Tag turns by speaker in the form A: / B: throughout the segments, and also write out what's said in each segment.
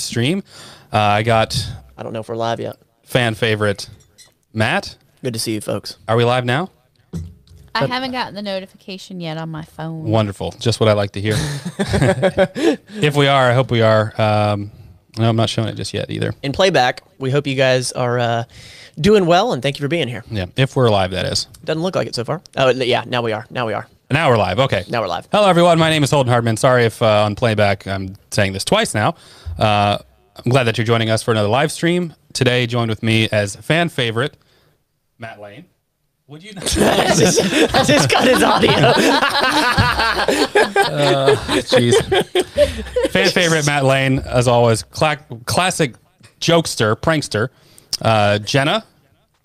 A: stream. Uh, I got
B: I don't know if we're live yet.
A: fan favorite Matt.
B: Good to see you folks.
A: Are we live now?
C: I haven't gotten the notification yet on my phone.
A: Wonderful. Just what I like to hear. if we are, I hope we are. Um, no, I'm not showing it just yet either.
B: In playback, we hope you guys are uh, doing well and thank you for being here.
A: Yeah, if we're live, that is.
B: Doesn't look like it so far. Oh, yeah, now we are. Now we are.
A: Now we're live. Okay.
B: Now we're live.
A: Hello, everyone. My name is Holden Hardman. Sorry if uh, on playback I'm saying this twice now. Uh, I'm glad that you're joining us for another live stream. Today, joined with me as fan favorite, Matt Lane. Would you not?
B: I just cut his audio.
A: Jeez. Fan favorite Matt Lane, as always, cla- classic jokester, prankster. Uh, Jenna,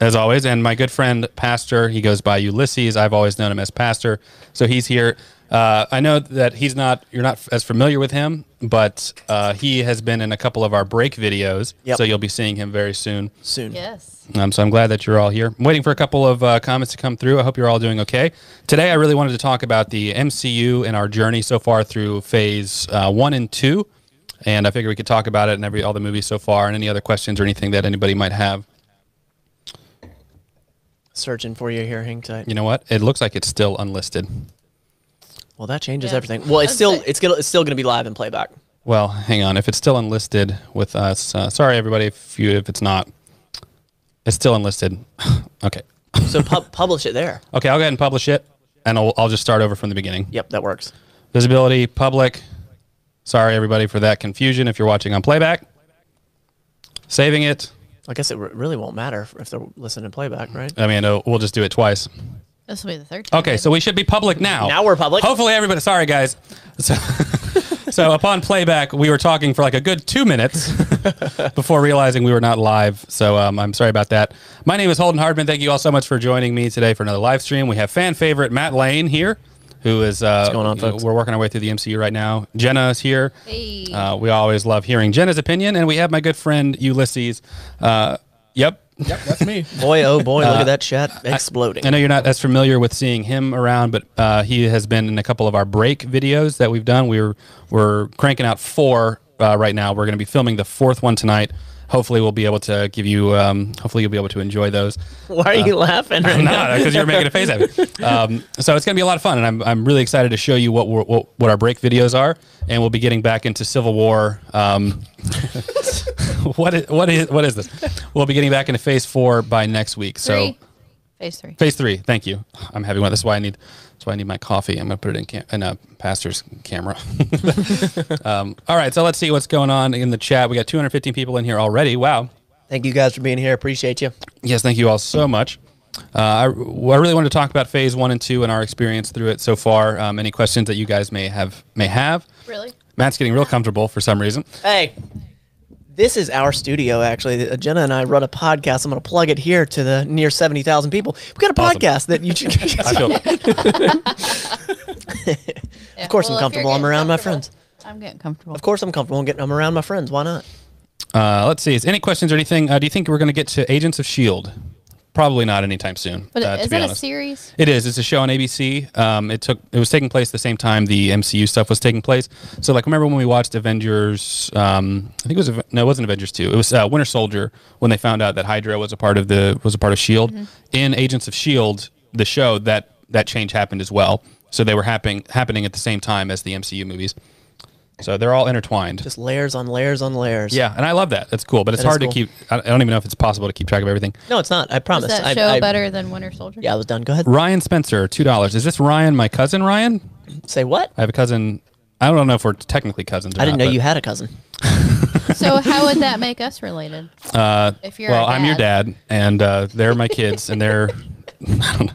A: as always, and my good friend Pastor. He goes by Ulysses. I've always known him as Pastor, so he's here. Uh, I know that he's not. You're not f- as familiar with him, but uh, he has been in a couple of our break videos,
B: Yep.
A: so you'll be seeing him very soon.
B: Soon.
C: Yes.
A: Um, so I'm glad that you're all here. I'm waiting for a couple of uh, comments to come through. I hope you're all doing okay. Today, I really wanted to talk about the MCU and our journey so far through phase uh, one and two. And I figure we could talk about it and every all the movies so far, and any other questions or anything that anybody might have.
B: Searching for you here. Hang tight.
A: You know what? It looks like it's still unlisted.
B: Well, that changes
C: Yeah.
B: everything. Well, it's
C: That's
B: still
C: it.
B: it's gonna it's still gonna be live in playback.
A: Well, hang on. If it's still unlisted with us, uh, sorry everybody if you if it's not. It's still unlisted. okay.
B: So pub- publish it there.
A: Okay, I'll go ahead and publish it, and I'll, I'll just start over from the beginning.
B: Yep, that works.
A: Visibility, public. Sorry, everybody, for that confusion if you're watching on playback. Saving it.
B: I guess it re- really won't matter if- if they're listening to playback, right?
A: I mean, uh, we'll just do it twice.
C: This will be the third time.
A: Okay, so we should be public now.
B: Now we're public.
A: Hopefully, everybody. Sorry, guys. So, so upon playback, we were talking for like a good two minutes before realizing we were not live. So um, I'm sorry about that. My name is Holden Hardman. Thank you all so much for joining me today for another live stream. We have fan favorite Matt Lane here, who is uh,
B: going on, folks?
A: We're working our way through the MCU right now. Jenna's here.
C: Hey.
A: Uh, we always love hearing Jenna's opinion, and we have my good friend Ulysses. Uh, yep.
D: Yep, that's me.
B: Boy, oh boy, look at that chat exploding.
A: I know you're not as familiar with seeing him around, but uh, he has been in a couple of our break videos that we've done. We're we're cranking out four uh, right now. We're going to be filming the fourth one tonight. Hopefully, we'll be able to give you. Um, hopefully, you'll be able to enjoy those.
B: Why are you laughing right now?
A: No, because you're making a face at me. Um, so it's going to be a lot of fun, and I'm, I'm really excited to show you what, we're, what what our break videos are, and we'll be getting back into Civil War. Um, what is what is what is this? We'll be getting back into Phase Four by next week. So
C: Three. Phase three.
A: Phase Three. Thank you. I'm having one. That's why I need. That's why I need my coffee. I'm gonna put it in cam- in a pastor's camera. um, all right. So let's see what's going on in the chat. We got 215 people in here already. Wow.
B: Thank you guys for being here. Appreciate you.
A: Yes, thank you all so much. Uh, I, I really wanted to talk about phase one and two and our experience through it so far. Um, any questions that you guys may have may have?
C: Really?
A: Matt's getting real comfortable for some reason.
B: Hey, this is our studio, actually. Uh, Jenna and I run a podcast. I'm going to plug it here to the near 70,000 people. We've got a
A: Awesome.
B: podcast that you
A: I
B: should.
A: feel
C: Of
B: course I'm comfortable. I'm around my friends.
C: I'm getting comfortable.
B: of course, I'm comfortable in getting them around my friends. Why not?
A: uh, let's see. Is any questions or anything? Uh, do you think we're going to get to Agents of Shield? E Probably not anytime soon.
C: But
A: uh,
C: is that a series?
A: It is. It's a show on ABC. Um, it took. It was taking place the same time the MCU stuff was taking place. So like, remember when we watched Avengers? Um, I think it was. Ave- No, it wasn't Avengers two. It was uh, Winter Soldier when they found out that Hydra was a part of the was a part of Shield. E
B: Mm-hmm.
A: In Agents of Shield, E the show that that change happened as well. So they were happening happening at the same time as the MCU movies. So they're all intertwined.
B: Just layers on layers on layers.
A: yeah, and I love that. That's cool, but it's
B: That is
A: hard
B: cool.
A: to keep. I I don't even know if it's possible to keep track of everything.
B: No, it's not. I promise.
C: Is that
B: I,
C: show
B: I-
C: better than Winter Soldier?
B: Yeah, I was done. Go ahead.
A: Ryan Spencer, two dollars. Is this Ryan, my cousin Ryan?
B: Say what?
A: I have a cousin. I don't know if we're technically cousins. Or
B: I didn't
A: not,
B: know you
A: Uh, but,
B: had a cousin.
C: So how would that make us related?
A: Uh,
C: if you're
A: well,
C: our
A: I'm your
C: dad.
A: dad, and uh, they're my kids, and they're. I don't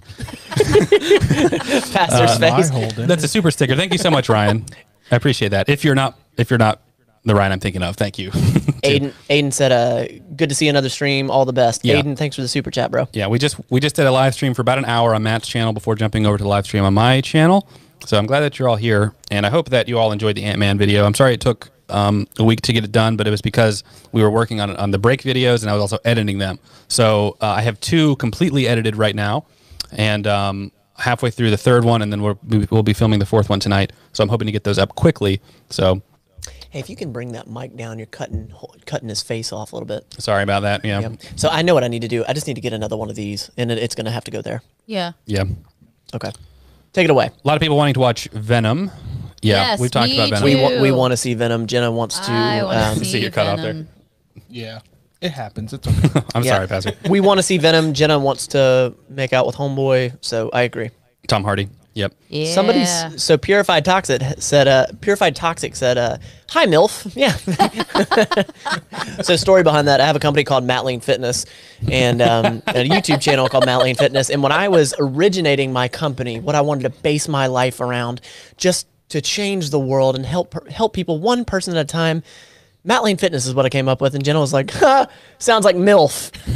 A: know.
B: Pastor's
D: Uh, I
B: face.
D: hold it.
A: That's a super sticker. Thank you so much, Ryan. I appreciate that. If you're not, if you're not the Ryan I'm thinking of, thank you.
B: Aiden, Aiden said, uh, good to see another stream. All the best.
A: Yeah.
B: Aiden, thanks for the super chat, bro.
A: yeah, we just we just did a live stream for about an hour on Matt's channel before jumping over to the live stream on my channel. So I'm glad that you're all here, and I hope that you all enjoyed the Ant Man video. I'm sorry it took um, a week to get it done, but it was because we were working on on the break videos, and I was also editing them. So uh, I have two completely edited right now, and um, halfway through the third one, and then we're, we'll be filming the fourth one tonight. So I'm hoping to get those up quickly. So
B: Hey, if you can bring that mic down, you're cutting cutting his face off a little bit.
A: Sorry about that. Yeah.
B: Yep. So I know what I need to do. I just need to get another one of these, and it, it's going to have to go there.
C: Yeah.
A: Yeah.
B: Okay, take it away.
A: A lot of people wanting to watch Venom. Yeah,
C: Yes,
A: we've talked
C: me
A: about Venom.
B: We wa- we
C: Ew.
B: want to see Venom. Jenna wants to.
C: I want to
B: um,
C: see,
A: see your cut off there.
C: Venom.
D: Yeah, it happens. It's okay.
A: I'm
B: yeah.
A: sorry, Pastor.
B: we want to see Venom. Jenna wants to make out with Homeboy. So I agree.
A: Tom Hardy. Yep.
C: Yeah.
B: Somebody's so purified toxic said. Uh, purified toxic said. Uh, Hi, Milf. Yeah. so story behind that, I have a company called Matt Lane Fitness, and um, a YouTube channel called Matt Lane Fitness. And when I was originating my company, what I wanted to base my life around, just to change the world and help help people one person at a time. Matt Lane Fitness is what I came up with, and Jenna was like, huh, "Sounds like MILF."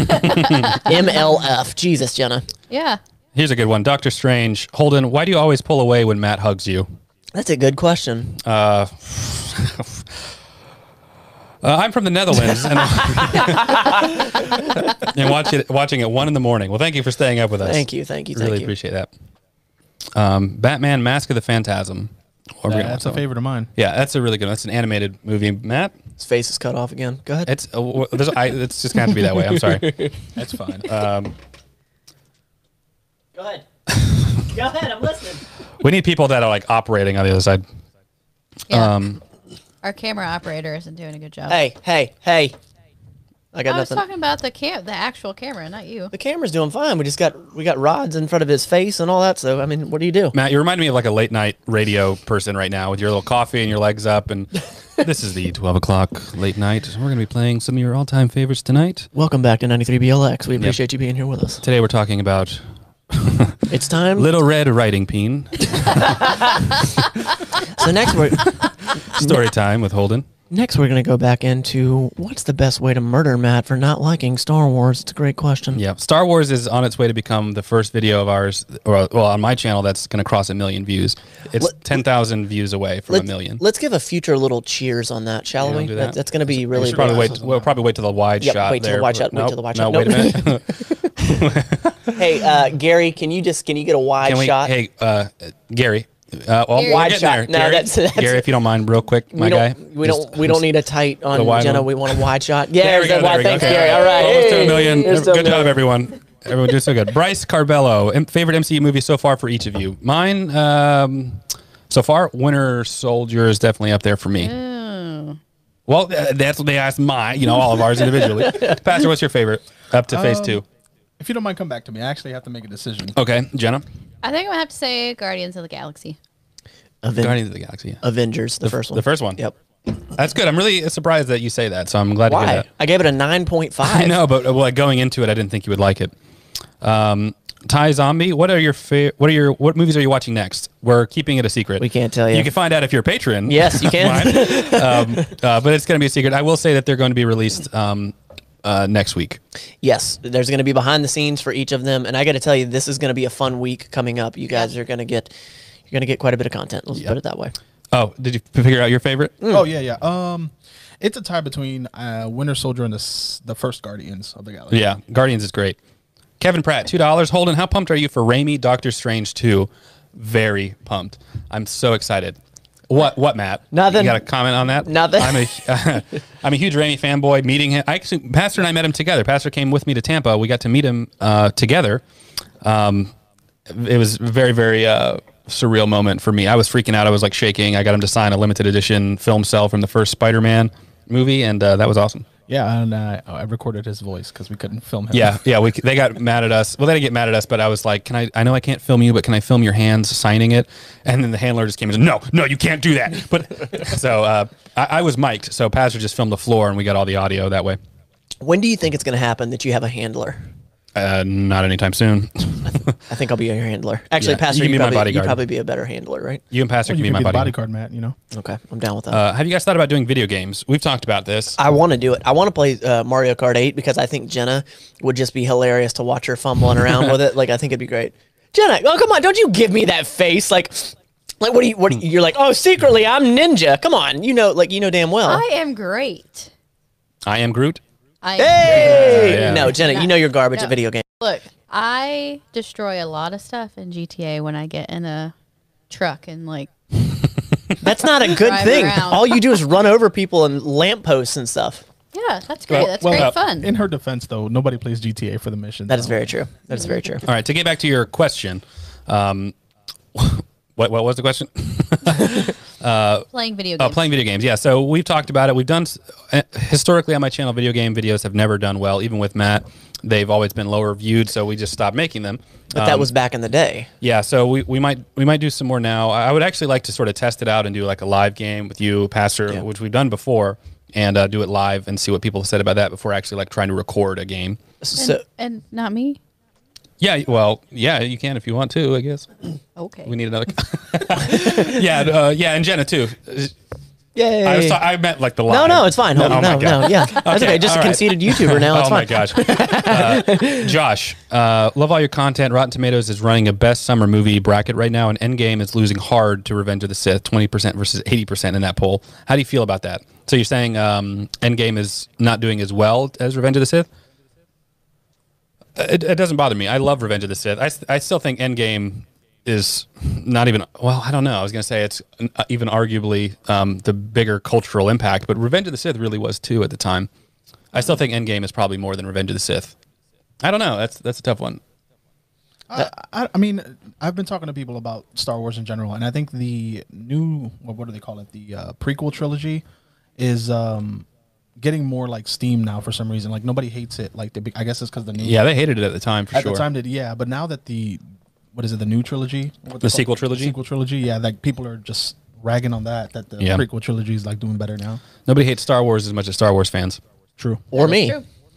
B: MLF. Jesus, Jenna.
C: Yeah.
A: Here's a good one. Doctor Strange. Holden, why do you always pull away when Matt hugs you?
B: That's a good question.
A: Uh, I'm from the Netherlands and, and watch it, watching at one in the morning. Well, thank you for staying up with us.
B: Thank you, thank you, thank
A: really
B: you.
A: appreciate that. Um, Batman: Mask of the Phantasm. Or we're gonna watch
D: That's
A: that
D: a
A: one.
D: favorite of mine.
A: Yeah, that's a really good. one. That's an animated movie. Matt,
B: His face is cut off again. Go ahead.
A: it's uh, w- there's, I, it's just gonna have to be that way. I'm sorry.
D: That's fine.
B: Go ahead. Go ahead. I'm listening.
A: We need people that are like operating on the other side.
C: Yeah.
A: Um,
C: Our camera operator isn't doing a good job.
B: Hey, hey, hey. I got
C: I was
B: nothing.
C: talking about the cam, the actual camera, not you.
B: the camera's doing fine. We just got we got rods in front of his face and all that. So I mean, what do you do?
A: Matt, you remind me of like a late night radio person right now with your little coffee and your legs up. And this is the 12 o'clock late night. We're going to be playing some of your all time favorites tonight.
B: Welcome back to 93BLX. We appreciate you being here with us.
A: Today we're talking about
B: It's time.
A: Little Red Riding Peen
B: So next we're
A: story time with Holden.
B: next we're gonna go back into what's the best way to murder Matt for not liking Star Wars. It's a great question.
A: Yeah. Star Wars is on its way to become the first video of ours, or well, on my channel, that's going to cross a million views. It's 10,000 views away from a
B: Let's,
A: 1000000
B: let's give a future little cheers on that, shall
A: Yeah,
B: we?
A: do that.
B: that's going to be really
A: Should probably
B: big.
A: wait. We'll probably wait till the wide
B: Yep,
A: shot.
B: wait till the
A: there.
B: wide shot, wait
A: Nope,
B: till the wide
A: no,
B: shot.
A: wait a
B: Nope.
A: minute.
B: Hey, uh, Gary, can you just can you get a wide
A: Can we,
B: shot?
A: Hey, uh, Gary. Uh, well,
C: Gary.
A: we're
C: Wide
A: getting
B: shot.
A: there.
B: No,
A: Gary,
B: that's- that's-
A: Gary, if you don't mind, real quick, my
B: we
A: guy.
B: don't, We don't.
A: Just-
B: we don't need a tight
A: The
B: on
A: wide
B: Jenna.
A: one.
B: We want a wide shot. Yeah,
A: There we
B: there's
A: go.
B: a wide.
A: there we go.
B: Thanks,
A: Okay.
B: Gary. All right.
A: Almost to a
B: Hey,
A: million.
B: there's
A: Good
B: a million.
A: job, everyone. Everyone doing so good. Bryce Carbello, M- favorite MCU movie so far for each of you. Mine, um, so far, Winter Soldier is definitely up there for me. Well, uh, that's what they asked my, you know, all of ours individually. Pastor, what's your favorite? Up to phase two.
D: If you don't mind, come back to me. I actually have to make a decision.
A: Okay, Jenna.
C: I think I'm gonna have to say Guardians of the Galaxy.
B: Aven-
A: Guardians of the Galaxy. yeah.
B: Avengers, the, first one.
A: The first one.
B: Yep.
A: That's good. I'm really surprised that you say that, so I'm glad to hear
B: Why?
A: that.
B: I gave it a nine point five.
A: I know, but uh, well, like going into it, I didn't think you would like it. Um, Thai Zombie, what are your fa- what are your what movies are you watching next? We're keeping it a secret.
B: We can't tell you.
A: You can find out if you're a patron.
B: Yes, you can.
A: Mine. um, uh, but it's going to be a secret. I will say that they're going to be released um, uh, next week.
B: Yes, there's going to be behind the scenes for each of them, and I got to tell you, this is going to be a fun week coming up. You guys are going to get, you're going to get quite a bit of content. Let's put it that way.
A: Oh, did you f- figure out your favorite?
D: Oh yeah, yeah. Um, it's a tie between uh, Winter Soldier and the s- the first Guardians of the Galaxy.
A: Yeah, Guardians is great. Kevin Pratt, two dollars. Holden, how pumped are you for Raimi Doctor Strange two? Very pumped. I'm so excited. What what Matt?
B: Nothing.
A: You got a comment on that?
B: Nothing.
A: I'm a I'm a huge Raimi fanboy. Meeting him, I actually Pastor and I met him together. Pastor came with me to Tampa. We got to meet him uh, together. Um, it was very very uh, surreal moment for me. I was freaking out. I was like shaking. I got him to sign a limited edition film cell from the first Spider Man movie, and uh, that was awesome.
D: Yeah, and uh, I recorded his voice because we couldn't film him.
A: Yeah, yeah. We they got mad at us. Well, they didn't get mad at us, but I was like, "Can I? I know I can't film you, but can I film your hands signing it?" And then the handler just came and said, "No, no, you can't do that." But so uh, I, I was mic'd, so Pastor just filmed the floor, and we got all the audio that way.
B: When do you think it's going to happen that you have a handler?
A: Uh, not anytime soon.
B: I think I'll be your handler. Actually,
A: Yeah,
B: Pastor,
A: you can be
B: you
A: my
B: probably, you'd
A: bodyguard.
B: probably be a better handler, right?
A: You and Pastor
D: Or
A: can
D: you
A: be
D: could
A: my
D: be the
A: buddy.
D: bodyguard, Matt. You know.
B: Okay, I'm down with that.
A: Uh, have you guys thought about doing video games? We've talked about this.
B: I want to do it. I want to play uh, Mario Kart 8 because I think Jenna would just be hilarious to watch her fumbling around with it. Like I think it'd be great. Jenna, oh come on, don't you give me that face like like what do you what do you- you're like, "Oh, secretly I'm ninja." Come on. You know like you know damn well.
C: I am great.
A: I am Groot.
C: I
B: hey!
A: Uh, yeah.
B: No, Jenna, you know you're garbage
C: No.
B: at video games.
C: look. I destroy a lot of stuff in GTA when I get in a truck and like
B: That's not a good
C: Drive
B: thing.
C: around.
B: All you do is run over people and lampposts and stuff.
C: Yeah, that's great. That's great
D: uh,
C: fun.
D: In her defense, though, nobody plays GTA for the mission.
B: That is very true. That is very true.
A: All right, to get back to your question, um, what what was the question?
C: playing video
A: Oh,
C: games.
A: playing video games. Yeah. So we've talked about it. We've done uh, historically on my channel, video game videos have never done well, even with Matt. They've always been lower viewed, so we just stopped making them.
B: But that was back in the day.
A: Yeah, so we, we might we might do some more now. I I would actually like to sort of test it out and do like a live game with you, Pastor, which we've done before, and uh, do it live and see what people said about that before actually like trying to record a game.
B: So
C: and not me.
A: Yeah, well, yeah, you can if you want to, I guess.
C: Okay.
A: We need another. yeah, uh, yeah, and Jenna too.
B: yay.
A: I, was ta- I meant like the
B: no,
A: live.
B: no, it's fine. Hold
A: oh
B: on.
A: my
B: No,
A: God.
B: no, yeah. That's okay. Just a
A: all right.
B: conceited YouTuber now. It's
A: oh my
B: fine.
A: gosh. Uh, Josh, uh, love all your content. Rotten Tomatoes is running a best summer movie bracket right now, and Endgame is losing hard to Revenge of the Sith, 20% versus 80% in that poll. How do you feel about that? So you're saying um, Endgame is not doing as well as Revenge of the Sith? Uh, It, it doesn't bother me. I love Revenge of the Sith. I, s- I still think Endgame is not even well i don't know i was going to say it's n- even arguably um, the bigger cultural impact but revenge of the sith really was too at the time I still think Endgame is probably more than Revenge of the Sith. I don't know. That's that's a tough one.
D: I, I, I mean, I've been talking to people about Star Wars in general, and I think the new what, what do they call it? The uh, prequel trilogy is um, getting more like steam now for some reason. Like nobody hates it. Like they, be- I guess it's because the new
A: Yeah, they hated it at the time for
D: at
A: sure.
D: the time did yeah, but now that the what is it? The new trilogy, What
A: The
D: fuck-
A: sequel trilogy?
D: sequel trilogy. Yeah, like people are just ragging on that. That the
A: Yeah.
D: prequel trilogy is like doing better now.
A: Nobody hates Star Wars as much as Star Wars fans.
D: True.
B: Or me.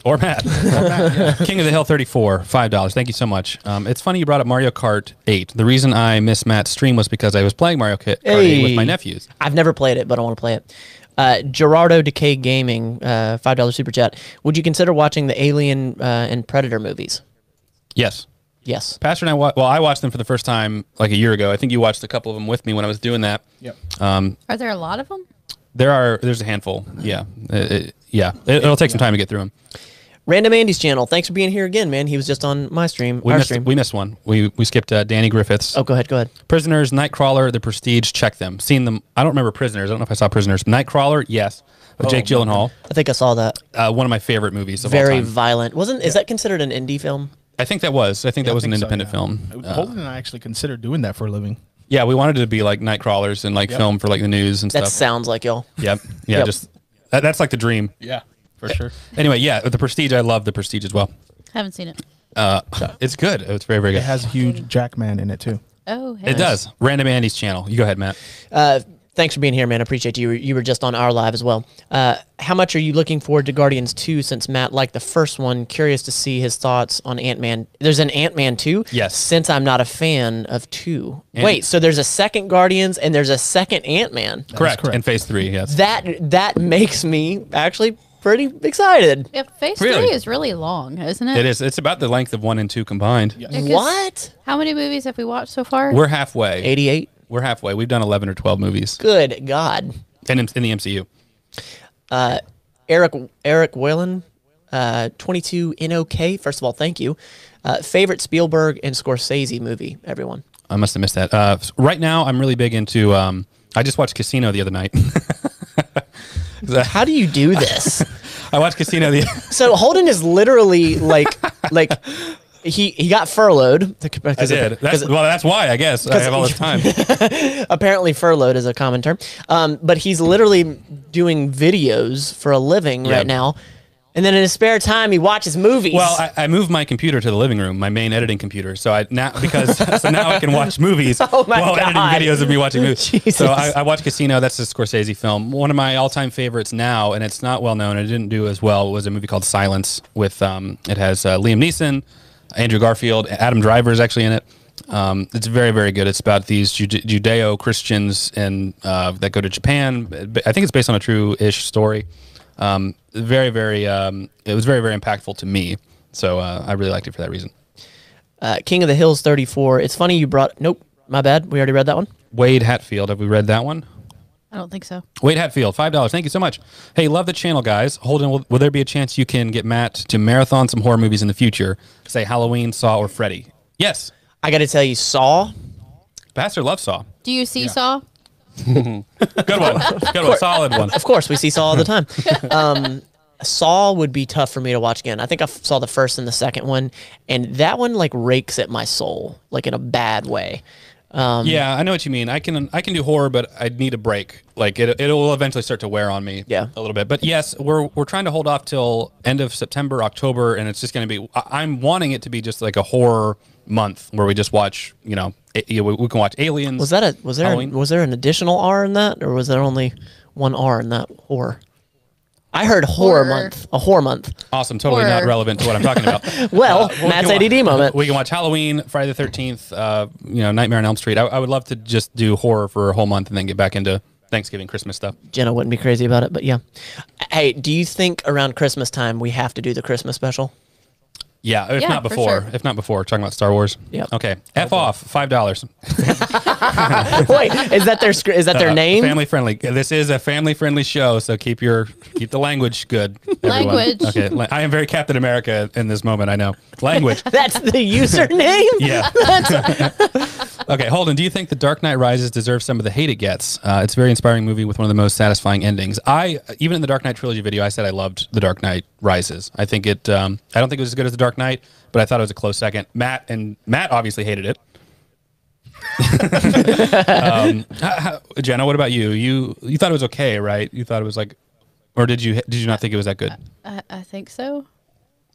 A: Or Matt. King of the Hill 34, $5. Thank you so much. Um, it's funny you brought up Mario Kart 8. The reason I missed Matt's stream was because I was playing Mario Kart 8 with
B: Hey.
A: my nephews.
B: I've never played it, but I want to play it. Uh, Gerardo Decay Gaming, uh, five dollar super chat. Would you consider watching the Alien uh, and Predator movies?
A: Yes.
B: Yes.
A: Pastor and I, wa- well, I watched them for the first time like a year ago. I think you watched a couple of them with me when I was doing that.
D: Yep.
C: Are there a lot of them?
A: There are, there's a handful. Yeah. It- it- yeah. It, will take some time to get through them.
B: Random Andy's channel. Thanks for being here again, man. He was just on my stream.
A: We
B: our
A: missed,
B: stream.
A: we missed one. We, we skipped uh, Danny Griffiths.
B: oh, go ahead. Go ahead.
A: Prisoners, Nightcrawler, The Prestige, check them. Seen them. I don't remember Prisoners. I don't know if I saw Prisoners. Nightcrawler, yes. With
D: Oh,
A: Jake Gyllenhaal,
B: I think I saw that.
A: uh, one of my favorite movies of all
B: Very
A: time.
B: violent. Wasn't is that considered an indie film?
A: I think that was. I think that was
D: think
A: an
D: so,
A: independent
D: yeah.
A: film. Uh,
D: Holden and I actually considered doing that for a living.
A: yeah, we wanted it to be like Nightcrawlers and like film for like the news and
B: That
A: stuff.
B: sounds like y'all.
A: Yep. Yeah.
B: Yep.
A: Just that, that's like the dream.
D: Yeah, for sure.
A: Anyway, yeah, The Prestige. I love The Prestige as well.
C: Haven't seen it.
A: It's good. It's very very good.
D: It has a huge Jackman in it too.
C: Oh, hey.
A: It does. Random Andy's channel. You go ahead, Matt.
B: Uh, thanks for being here, man. I appreciate you. You were- You were just on our live as well. Uh, how much are you looking forward to Guardians 2 since Matt liked the first one? Curious to see his thoughts on Ant Man. There's an Ant Man 2?
A: Yes.
B: Since I'm not a fan of 2.
A: And-
B: Wait, so there's a second Guardians and there's a second Ant Man.
A: Correct.
D: correct.
A: In Phase Three. Yes.
B: That, that makes me actually pretty excited.
C: Yeah, phase
A: Really?
C: three is really long, isn't it?
A: it is. It's about the length of one and two combined.
C: Because
B: What?
C: How many movies have we watched so far?
A: We're halfway.
B: 88?
A: We're halfway. We've done eleven or twelve movies,
B: Good God.
A: and in, in the MCU.
B: Eric Eric Whalen, uh, 22 NOK. First of all, thank you. Uh, favorite Spielberg and Scorsese movie, everyone.
A: I must have missed that. Uh, s- right now, I'm really big into. Um, I just watched Casino the other night.
B: How do you do this?
A: I watched Casino the.
B: so Holden is literally like like he he got furloughed
A: I
B: because
A: did. That's, well, that's why I guess I have all this time.
B: apparently furloughed is a common term. Um, but he's literally doing videos for a living
A: Yeah.
B: right now. And then in his spare time, he watches movies.
A: Well, I, I moved my computer to the living room, my main editing computer. So I now because so now I can watch movies
B: Oh my
A: while
B: God.
A: editing videos of me watching movies.
B: Jesus.
A: So I, I watched Casino. That's a Scorsese film, one of my all-time favorites now, and it's not well known. It didn't do as well. It was a movie called Silence with um, it has uh, Liam Neeson, Andrew Garfield, Adam Driver is actually in it. Um, it's very very good. It's about these Jude- Judeo Christians and uh, that go to Japan. I think it's based on a true ish story. Um, very very um, it was very very impactful to me. So uh, I really liked it for that reason.
B: uh, King of the Hills 34. It's funny you brought. Nope, my bad. We already read that one.
A: Wade Hatfield. Have we read that one?
C: I don't think so.
A: Wade Hatfield, five dollars. Thank you so much. Hey, love the channel, guys. Holden, will, will there be a chance you can get Matt to marathon some horror movies in the future? Say Halloween, Saw, or Freddy. Yes,
B: I got to tell you, Saw
A: Pastor loves Saw.
C: Do you see Saw?
A: Good one. Good one. Solid one.
B: Of course, we see Saw all the time. Um, Saw would be tough for me to watch again. I think I f- saw the first and the second one, and that one like rakes at my soul, like in a bad way. Um,
A: Yeah, I know what you mean. I can I can do horror, but I need a break. Like it it'll eventually start to wear on me.
B: Yeah.
A: a little bit. But yes, we're we're trying to hold off till end of September, October, and it's just going to be. I, I'm wanting it to be just like a horror month where we just watch. You know, it, you know, we, we can watch Aliens.
B: Was that a was there
A: Halloween?
B: was there an additional R in that, or was there only one R in that horror? I heard horror,
C: Horror.
B: month, a horror month.
A: awesome? Totally not
C: horror.
A: relevant to what I'm talking about.
B: Well,
A: Uh, we
B: Matt's
A: can wa-
B: ADD moment.
A: We can watch Halloween, Friday the Thirteenth, uh, you know, Nightmare on Elm Street. I, I would love to just do horror for a whole month and then get back into Thanksgiving, Christmas stuff.
B: Jenna wouldn't be crazy about it, but yeah. Hey, do you think around Christmas time we have to do the Christmas special?
A: Yeah, if
C: Yeah,
A: not
C: for
A: before,
C: sure.
A: if not before, talking about Star Wars.
B: Yep.
A: Okay. F off five dollars.
B: Wait, is that their sc- is that their name?
A: Uh, Family friendly. This is a family friendly show, so keep your keep the language good. everyone.
C: Language.
A: Okay. la- I am very Captain America in this moment. I know language.
B: That's the username.
A: Yeah. okay, Holden. Do you think The Dark Knight Rises deserves some of the hate it gets? Uh, it's a very inspiring movie with one of the most satisfying endings. I even in the Dark Knight trilogy video, I said I loved The Dark Knight Rises. I think it. Um, I don't think it was as good as The Dark Knight, but I thought it was a close second. Matt and Matt obviously hated it. um, how- how- Jenna, what about you? You you thought it was okay, right? You thought it was like, or did you did you not think it was that good?
C: I, I think so.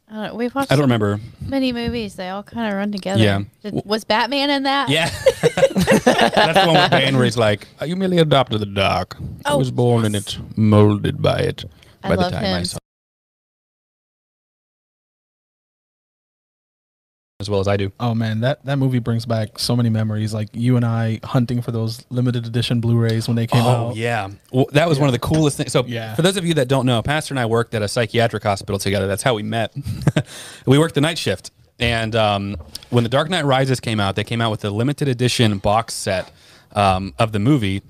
C: I don't know. We've watched
A: I don't remember.
C: many movies. They all kind of run together.
A: Yeah.
C: Did, was Batman in that?
A: Yeah. That's the one with Bane where he's like, I merely adopted the dark. I
C: Oh,
A: was born in it, molded by it.
C: I
A: by
C: love
A: the time I
C: him.
A: saw As well as I do.
D: Oh man, that, that movie brings back so many memories. Like you and I hunting for those limited edition Blu-rays when they came
A: Oh,
D: out.
A: yeah. Well, that was one of the coolest things. So,
D: Yeah.
A: for those of you that don't know, Pastor and I worked at a psychiatric hospital together. That's how we met. we worked the night shift. And um, when The Dark Knight Rises came out, they came out with a limited edition box set um, of the movie.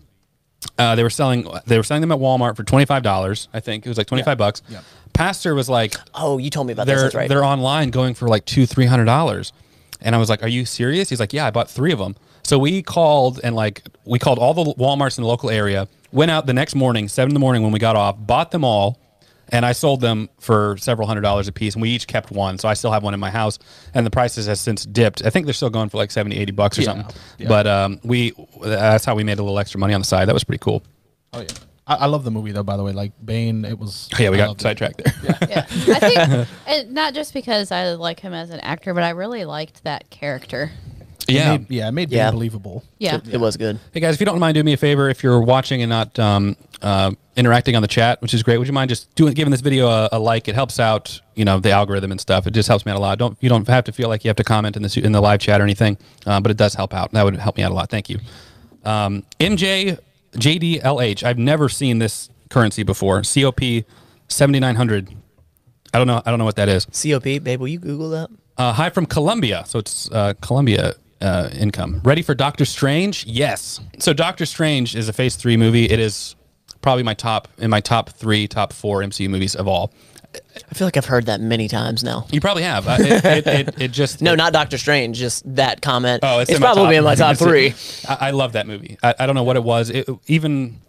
A: Uh, they were selling they were selling them at Walmart for twenty five dollars. I think it was like twenty five bucks.
D: Yeah.
A: Pastor was like,
B: Oh, you told me about this.
A: they're
B: That's right.
A: they're online going for like two three hundred dollars and i was like are you serious he's like yeah i bought three of them so we called and like we called all the walmarts in the local area went out the next morning seven in the morning when we got off bought them all and i sold them for several hundred dollars a piece and we each kept one so i still have one in my house and the prices has since dipped i think they're still going for like 70 80 bucks or something
D: Yeah.
A: but um, we that's how we made a little extra money on the side that was pretty cool
D: Oh yeah. I, I love the movie though. By the way, like Bane, it was.
A: Oh, yeah we
D: I
A: got
D: loved it.
A: sidetracked there
C: Yeah. I think, and not just because I like him as an actor, but I really liked that character.
D: It
A: yeah
D: made- yeah, it made Bane
B: Yeah.
D: believable.
C: Yeah.
B: It, it was good.
A: Hey guys, if you don't mind, do me a favor. If you're watching and not um, uh, interacting on the chat, which is great, would you mind just doing giving this video a, a like? It helps out, you know, the algorithm and stuff. It just helps me out a lot. Don't you don't have to feel like you have to comment in the in the live chat or anything, uh, but it does help out. That would help me out a lot. Thank you. Um, MJ JDLH. I've never seen this currency before. COP seventy nine hundred. I don't know. I don't know what that is.
B: COP, babe, will you Google that?
A: Uh, hi from Colombia. So it's uh, Colombia uh, income. Ready for Doctor Strange? Yes. So Doctor Strange is a Phase Three movie. It is probably my top in my top three, top four MCU movies of all.
B: I feel like I've heard that many times now.
A: You probably have. Uh, it, it, it, it just
B: No, not Doctor Strange. Just that comment.
A: Oh, it's, in my
B: probably
A: top.
B: in my top
A: It's in-
B: three.
A: I, I love that movie. I, I don't know what it was. It, even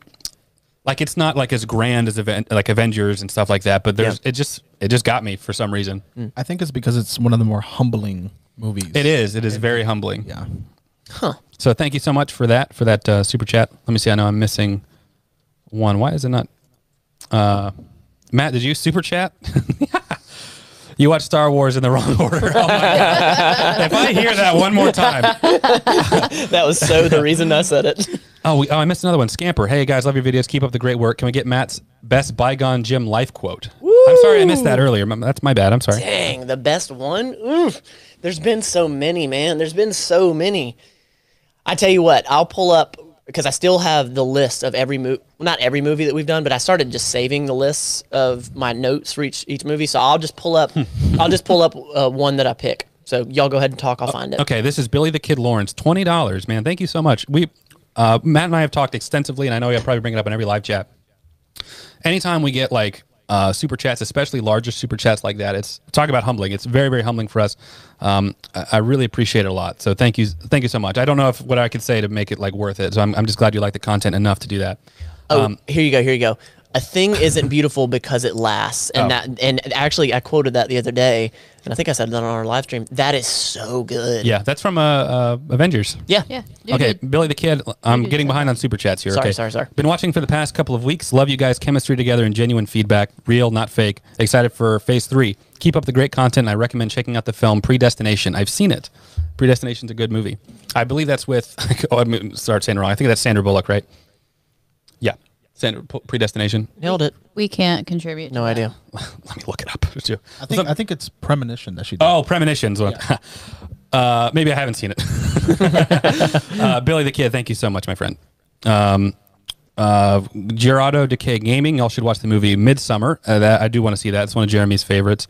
A: like it's not like as grand as event like Avengers and stuff like that. But there's
B: Yeah. Mm.
A: it just it just got me for some reason.
D: I think it's because it's one of the more humbling movies.
A: It is. It is very humbling.
D: Yeah.
A: So thank you so much for that for that uh, super chat. Let me see. I know I'm missing one. Why is it not? Uh, Matt, did you super chat? you watched Star Wars in the wrong order. Oh my God. if I hear that one more time,
B: That was so the reason I said it.
A: oh, we, oh, I missed another one. Scamper, hey guys, love your videos. Keep up the great work. Can we get Matt's best bygone gym life quote? I'm sorry, I missed that earlier. My- That's my bad. I'm sorry.
B: Dang, the best one? Oof. There's been so many, man. There's been so many. I tell you what, I'll pull up because I still have the list of every movie, not every movie that we've done, but I started just saving the lists of my notes for each each movie. So I'll just pull up, I'll just pull up uh, one that I pick. So y'all go ahead and talk. I'll find it.
A: Okay, this is Billy the Kid Lawrence. Twenty dollars, man. Thank you so much. We, uh, Matt and I have talked extensively, and I know you'll probably bring it up in every live chat. Anytime we get like uh, super chats, especially larger super chats like that. It's talk about humbling. It's very, very humbling for us. Um, I, I really appreciate it a lot. So thank you, thank you so much. I don't know if what I could say to make it like worth it. So I'm, I'm just glad you like the content enough to do that.
B: Oh,
A: Um,
B: here you go. Here you go. A thing isn't beautiful because it lasts, and
A: Oh.
B: that, and actually, I quoted that the other day, and I think I said that on our live stream. That is so good.
A: Yeah, that's from uh, uh, Avengers.
B: Yeah.
C: Yeah. you
A: Okay,
C: did.
A: Billy the Kid, I'm
C: did
A: getting
C: say
A: behind on super chats here.
B: Sorry,
A: okay.
B: sorry, sorry.
A: Been watching for the past couple of weeks. Love you guys. Chemistry together and genuine feedback. Real, not fake. Excited for phase three. Keep up the great content. and I recommend checking out the film Predestination. I've seen it. Predestination's a good movie. I believe that's with. oh, I'm gonna start saying it wrong. I think that's Sandra Bullock, right? Yeah, Sandra P- Predestination.
B: Nailed it.
C: We can't contribute. to
B: No
C: that.
B: idea.
A: Let me look it up.
D: I think I think it's premonition that she. Did.
A: Oh, premonitions. Well, uh, maybe I haven't seen it. uh, Billy the Kid, thank you so much, my friend. Um, uh, Gerardo Decay Gaming, y'all should watch the movie Midsummer. Uh, that I do want to see that. It's one of Jeremy's favorites.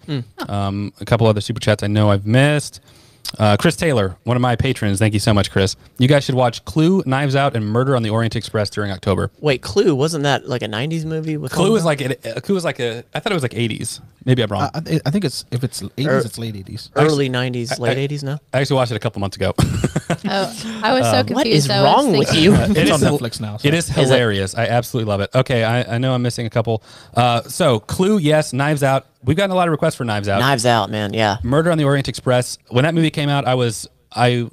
A: Um, a couple other super chats I know I've missed. Uh, Chris Taylor, one of my patrons. Thank you so much, Chris. You guys should watch Clue, Knives Out, and Murder on the Orient Express during October.
B: Wait, Clue wasn't that like a '90s movie? With
A: Clue is like a, Clue is like a. I thought it was like 80s. Maybe I'm wrong.
D: I, I thi- I think it's if it's eighties,
B: Er-
D: it's late eighties.
B: early '90s, late
A: I-
B: '80s. No.
A: I actually watched it a couple months ago.
C: Oh, I was so
A: Um,
C: confused.
B: What is
C: I was
B: wrong with
C: thinking-
B: you?
A: It
D: It's
A: is
D: on
A: hil-
D: Netflix now, so-
A: It is hilarious. I absolutely love it. Okay, I, I know I'm missing a couple. Uh, so Clue, yes, Knives Out. We've gotten a lot of requests for Knives Out.
B: Knives Out, man. Yeah.
A: Murder on the Orient Express. When that movie came out, I was I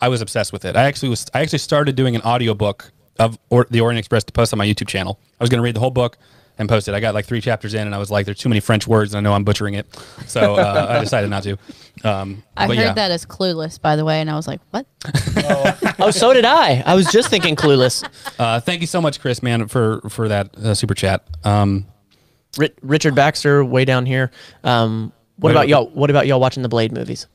A: I was obsessed with it. I actually was I actually started doing an audiobook of or- the Orient Express to post on my YouTube channel. I was going to read the whole book and post it. I got like three chapters in, and I was like, "There's too many French words, and I know I'm butchering it." So uh, I decided not to. Um,
C: I
A: but
C: heard
A: yeah.
C: that as clueless, by the way, and I was like, "What?"
B: Oh, so did I. I was just thinking Clueless.
A: Uh, thank you so much, Chris, man, for for that uh, super chat. Um,
B: Ri- Richard Baxter, way down here. Um, what
A: Wait,
B: about
A: what-
B: y'all? What about y'all watching the Blade movies?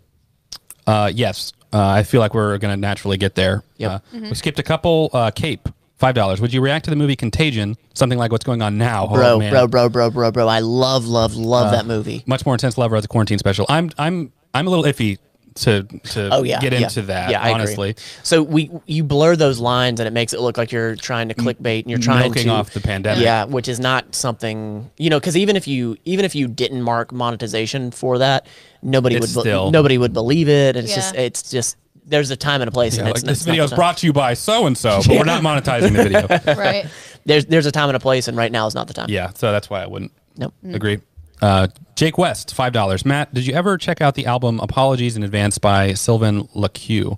A: Uh, yes, uh, I feel like we're going to naturally get there.
B: Yep. Mm-hmm.
A: Uh, We skipped a couple. Uh, Cape, five dollars. Would you react to the movie Contagion? Something like what's going on now, Oh,
B: Bro,
A: man. Uh,
B: bro, bro, bro, bro, bro. I love, love, love that movie.
A: Much more intense lover as a quarantine special. I'm, I'm, I'm a little iffy to to
B: Oh yeah,
A: get
B: yeah.
A: into that.
B: Yeah, I agree.
A: honestly,
B: So we you blur those lines and it makes it look like you're trying to clickbait and you're trying
A: milking
B: to
A: off the pandemic.
B: Yeah, which is not something you know because even if you even if you didn't mark monetization for that, nobody
A: It's
B: would be-
A: still-
B: nobody would believe it. And it's just
C: Yeah.
B: it's just there's a time and a place. and
A: like,
B: it's,
A: this
B: it's not
A: video is
B: the time.
A: brought to you by so and so, but we're not monetizing the video.
C: Right?
B: There's there's a time and a place, and right now is not the time.
A: Yeah, so that's why I wouldn't
B: Nope.
A: agree. Uh, Jake West, five dollars. Matt, did you ever check out the album "Apologies in Advance" by Sylvan LaCue?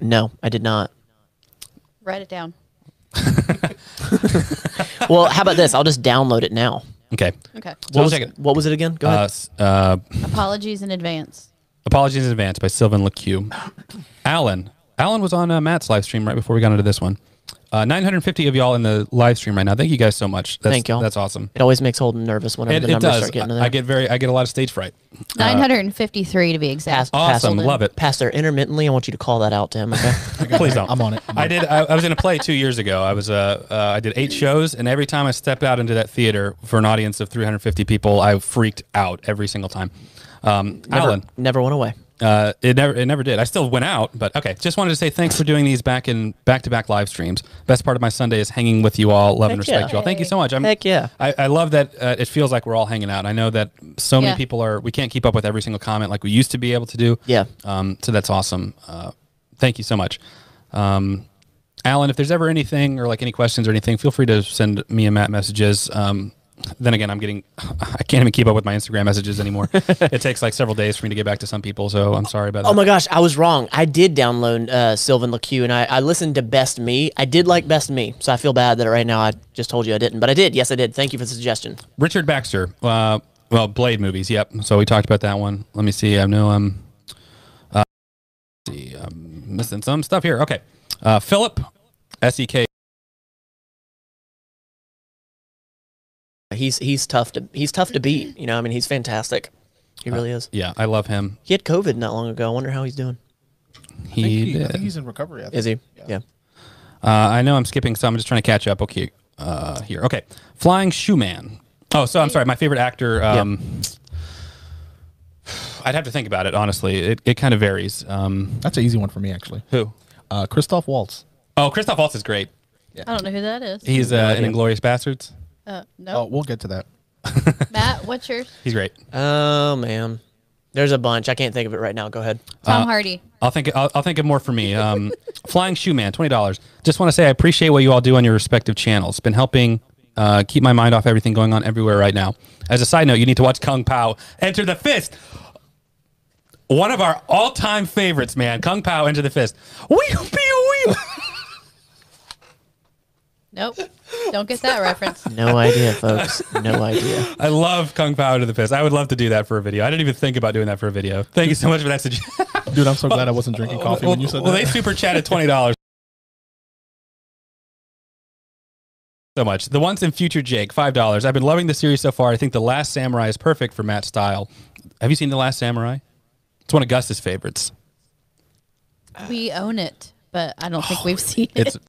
B: No, I did not.
C: Write it down.
B: Well, how about this? I'll just download it now.
A: Okay,
C: Okay.
A: so
B: What
A: I'll
B: was,
A: check it.
B: what was it again? Go
A: Uh,
B: ahead.
A: s- uh,
C: Apologies in advance.
A: Apologies in Advance by Sylvan LaCue. Alan. Alan was on uh, Matt's live stream right before we got into this one. Uh, 950 of y'all in the live stream right now. Thank you guys so much. That's,
B: Thank y'all.
A: That's awesome.
B: It always makes Holden nervous whenever
A: It,
B: the
A: it
B: numbers
A: does.
B: start getting to
A: I-
B: there.
A: I get very. I get a lot of stage fright.
C: Nine hundred and fifty-three to be exact.
A: Awesome.
B: Pastor-
A: Love it.
B: Pastor, intermittently, I want you to call that out to him. Okay.
A: Please don't.
D: I'm on it. I'm
A: I
D: on
A: did. I, I was in a play two years ago. I was. Uh, uh, I did eight shows, and every time I stepped out into that theater for an audience of 350 people, I freaked out every single time. Um, Alan,
B: Never went away.
A: Uh, it never it never did. I still went out, but okay. Just wanted to say thanks for doing these back in back to back live streams. Best part of my Sunday is hanging with you all. Love and
B: Heck yeah.
A: respect you all. Thank you so much. I'm,
B: Heck yeah.
A: I, I love that uh, it feels like we're all hanging out. I know that so many
C: Yeah.
A: people are. We can't keep up with every single comment like we used to be able to do.
B: Yeah.
A: Um. So that's awesome. Uh, thank you so much. Um, Alan, if there's ever anything or like any questions or anything, feel free to send me and Matt messages. Um, then again, I'm getting, I can't even keep up with my Instagram messages anymore. it takes like several days for me to get back to some people, so I'm sorry about that.
B: Oh my gosh, I was wrong. I did download uh, Sylvan LeCue and I, I listened to Best Me. I did like Best Me, so I feel bad that right now I just told you I didn't, but I did. Yes, I did. Thank you for the suggestion.
A: Richard Baxter, uh, well, Blade movies. Yep. So we talked about that one. Let me see. I know I'm, uh, let's see, I'm missing some stuff here. Okay. Uh, Philip, S E K.
B: He's he's tough to he's tough to beat. You know, I mean, he's fantastic. He really is.
A: Yeah, I love him.
B: He had COVID not long ago. I wonder how he's doing.
A: He,
D: think he- I
A: did.
D: think he's in recovery. I think.
B: Is he?
D: Yeah.
B: Yeah.
A: Uh, I know I'm skipping, so I'm just trying to catch up. Okay, uh, here. Okay, Flying Shoe Man. Oh, so I'm sorry. My favorite actor. Um, I'd have to think about it. Honestly, it, it kind of varies. Um,
D: That's an easy one for me actually.
A: who?
D: Uh, Christoph Waltz.
A: Oh, Christoph Waltz is great.
C: I don't know who that is.
A: He's uh, in Inglorious Bastards.
C: Uh, no.
D: Oh, we'll get to that.
C: Matt, what's yours?
A: He's great.
B: Oh man, there's a bunch. I can't think of it right now. Go ahead.
A: Uh,
C: Tom Hardy.
A: I'll think I'll, I'll think of more for me. Um, Flying Shoe Man, twenty dollars. Just want to say I appreciate what you all do on your respective channels. It's been helping uh, keep my mind off everything going on everywhere right now. As a side note, you need to watch Kung Pao Enter the Fist. One of our all-time favorites, man. Kung Pao Enter the Fist. Wee pew wee.
C: Nope. Don't get that reference.
B: No idea, folks. No idea.
A: I love Kung Pao Enter the Fist. I would love to do that for a video. I didn't even think about doing that for a video. Thank you so much for that suggestion.
D: Dude, I'm so glad I wasn't drinking coffee
A: Oh, well,
D: when you said
A: well,
D: that.
A: they super chatted twenty dollars. So much. The ones in future Jake, five dollars. I've been loving the series so far. I think The Last Samurai is perfect for Matt's style. Have you seen The Last Samurai? It's one of Gus's favorites.
C: We own it, but I don't think we've seen it.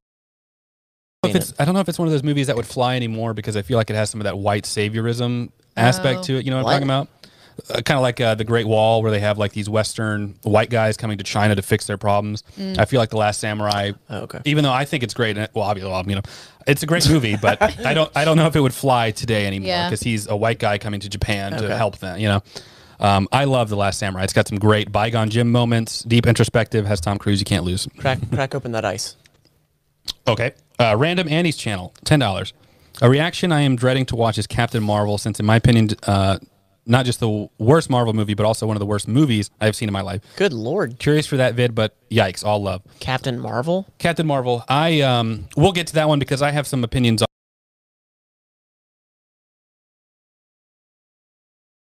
A: It's. I don't know if it's- I don't know if it's one of those movies that would fly anymore because I feel like it has some of that white saviorism aspect
C: Oh.
A: to it. You know what,
B: What?
A: I'm talking about? Uh, kind of like uh, the Great Wall, where they have like these Western white guys coming to China to fix their problems. I feel like The Last Samurai
B: Mm. Oh, okay.
A: even though I think it's great. And it- well, obviously, well, you know, it's a great movie, but I don't, I don't know if it would fly today anymore
C: Yeah.
A: because he's a white guy coming to Japan
B: Okay.
A: to help them. You know, um, I love The Last Samurai. It's got some great bygone Jim moments, deep introspective. Has Tom Cruise. You can't lose.
B: Crack, crack open that ice.
A: Okay. Uh, Random Annie's channel, ten dollars. A reaction I am dreading to watch is Captain Marvel, since in my opinion, uh, not just the worst Marvel movie, but also one of the worst movies I've seen in my life.
B: Good lord,
A: Curious for that vid, but yikes, all love.
B: Captain Marvel.
A: Captain Marvel. I um, we'll get to that one because I have some opinions. on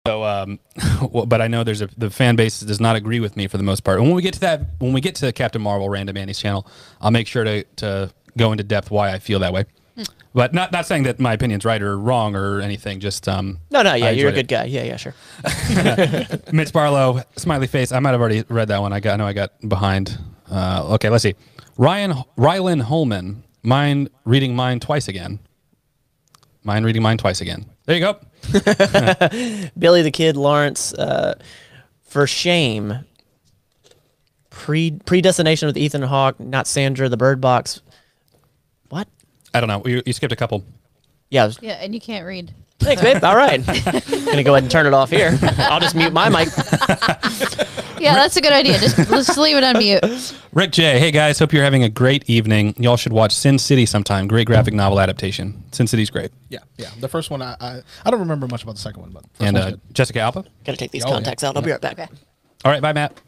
A: So, um, well, but I know there's a the fan base does not agree with me for the most part. And when we get to that, when we get to Captain Marvel, Random Annie's channel, I'll make sure to to go into depth why I feel that way. But not not saying that my opinion's right or wrong or anything. Just um,
B: No, no, yeah,
A: I
B: you're a
A: enjoyed
B: good
A: it.
B: guy. Yeah, yeah, sure.
A: Mitch Barlow, smiley face. I might have already read that one. I got. I know I got behind. Uh, okay, let's see. Ryan Rylan Holman. Mind reading mine twice again. Mind reading mine twice again. There you go.
B: Billy the Kid Lawrence, uh, for shame. Pre predestination with Ethan Hawke, not Sandra the Bird Box. What?
A: I don't know. You, you skipped a couple.
B: Yeah. it was-
C: yeah, and you can't read.
B: Thanks, babe. All right. Gonna go ahead and turn it off here. I'll just mute my mic.
C: Yeah, that's a good idea. Just let's just leave it on mute.
A: Rick J. Hey guys, hope you're having a great evening. Y'all should watch Sin City sometime. Great graphic novel adaptation. Sin City's great.
D: yeah, yeah. The first one, I, I I don't remember much about the second one, but first
A: and
D: one's
A: uh,
D: good.
A: Jessica Alba.
B: Gotta take these
D: Oh, yeah.
B: contacts out. I'll be right back.
C: Okay.
A: All right, bye Matt.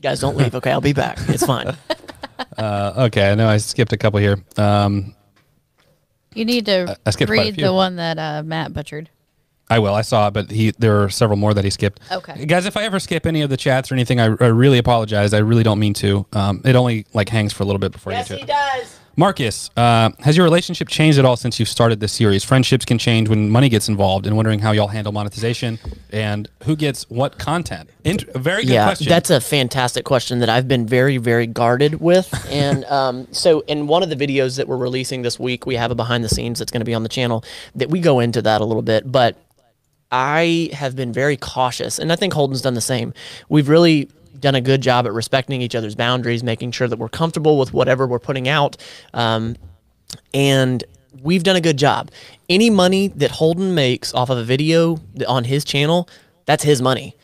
B: Guys, don't leave. Okay, I'll be back. It's fine.
A: Uh, okay, I know I skipped a couple here. Um,
C: You need to
A: I skipped quite a
C: read
A: few.
C: the one that uh, Matt butchered.
A: I will. I saw it, but he there are several more that he skipped.
C: Okay.
A: guys, if I ever skip any of the chats or anything, I, I really apologize. I really don't mean to. Um, it only like hangs for a little bit before you get to it.
B: does.
A: Marcus, uh, has your relationship changed at all since you started this series? Friendships can change when money gets involved, and wondering how y'all handle monetization and who gets what content. Int- a very good
B: yeah,
A: question.
B: that's a fantastic question that I've been very, very guarded with. and um, so, in one of the videos that we're releasing this week, we have a behind the scenes that's going to be on the channel that we go into that a little bit. But I have been very cautious, and I think Holden's done the same. We've really done a good job at respecting each other's boundaries, making sure that we're comfortable with whatever we're putting out. Um, and we've done a good job. Any money that Holden makes off of a video th- on his channel, that's his money.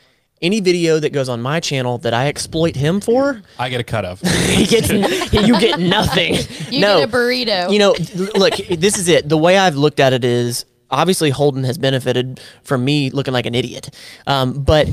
B: Any video that goes on my channel that I exploit him for,
A: I get a cut of.
B: he gets n- you get nothing.
C: You
B: no,
C: get a burrito.
B: you know, l- look, this is it. The way I've looked at it is obviously Holden has benefited from me looking like an idiot. Um, but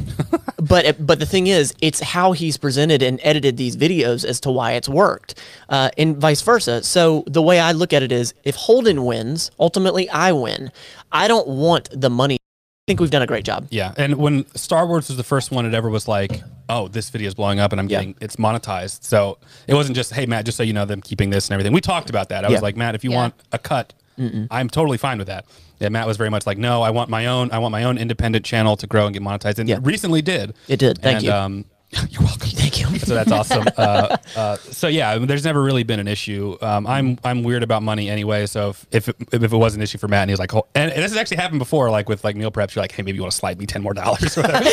B: but but the thing is, it's how he's presented and edited these videos as to why it's worked, uh, and vice versa. So the way I look at it is, if Holden wins, ultimately I win. I don't want the money. I think we've done a great job.
A: Yeah, and when Star Wars was the first one, it ever was like, oh, this video is blowing up, and I'm getting it's monetized. So it wasn't just, hey Matt, just so you know, them keeping this and everything. We talked about that. I
B: Yeah.
A: was like, Matt, if you
C: Yeah.
A: want a cut, I'm totally fine with that. And Matt was very much like, no, I want my own, I want my own independent channel to grow and get monetized, and
B: Yeah.
A: recently did.
B: It did. Thank
A: and,
B: you.
A: Um, you're welcome.
B: Thank you.
A: So that's awesome. uh, uh, so yeah, I mean, there's never really been an issue. Um, I'm I'm weird about money anyway. So if if it, if it was an issue for Matt and he was like, oh, and this has actually happened before, like with like meal preps, you're like, hey, maybe you want to slide me ten more dollars, or whatever,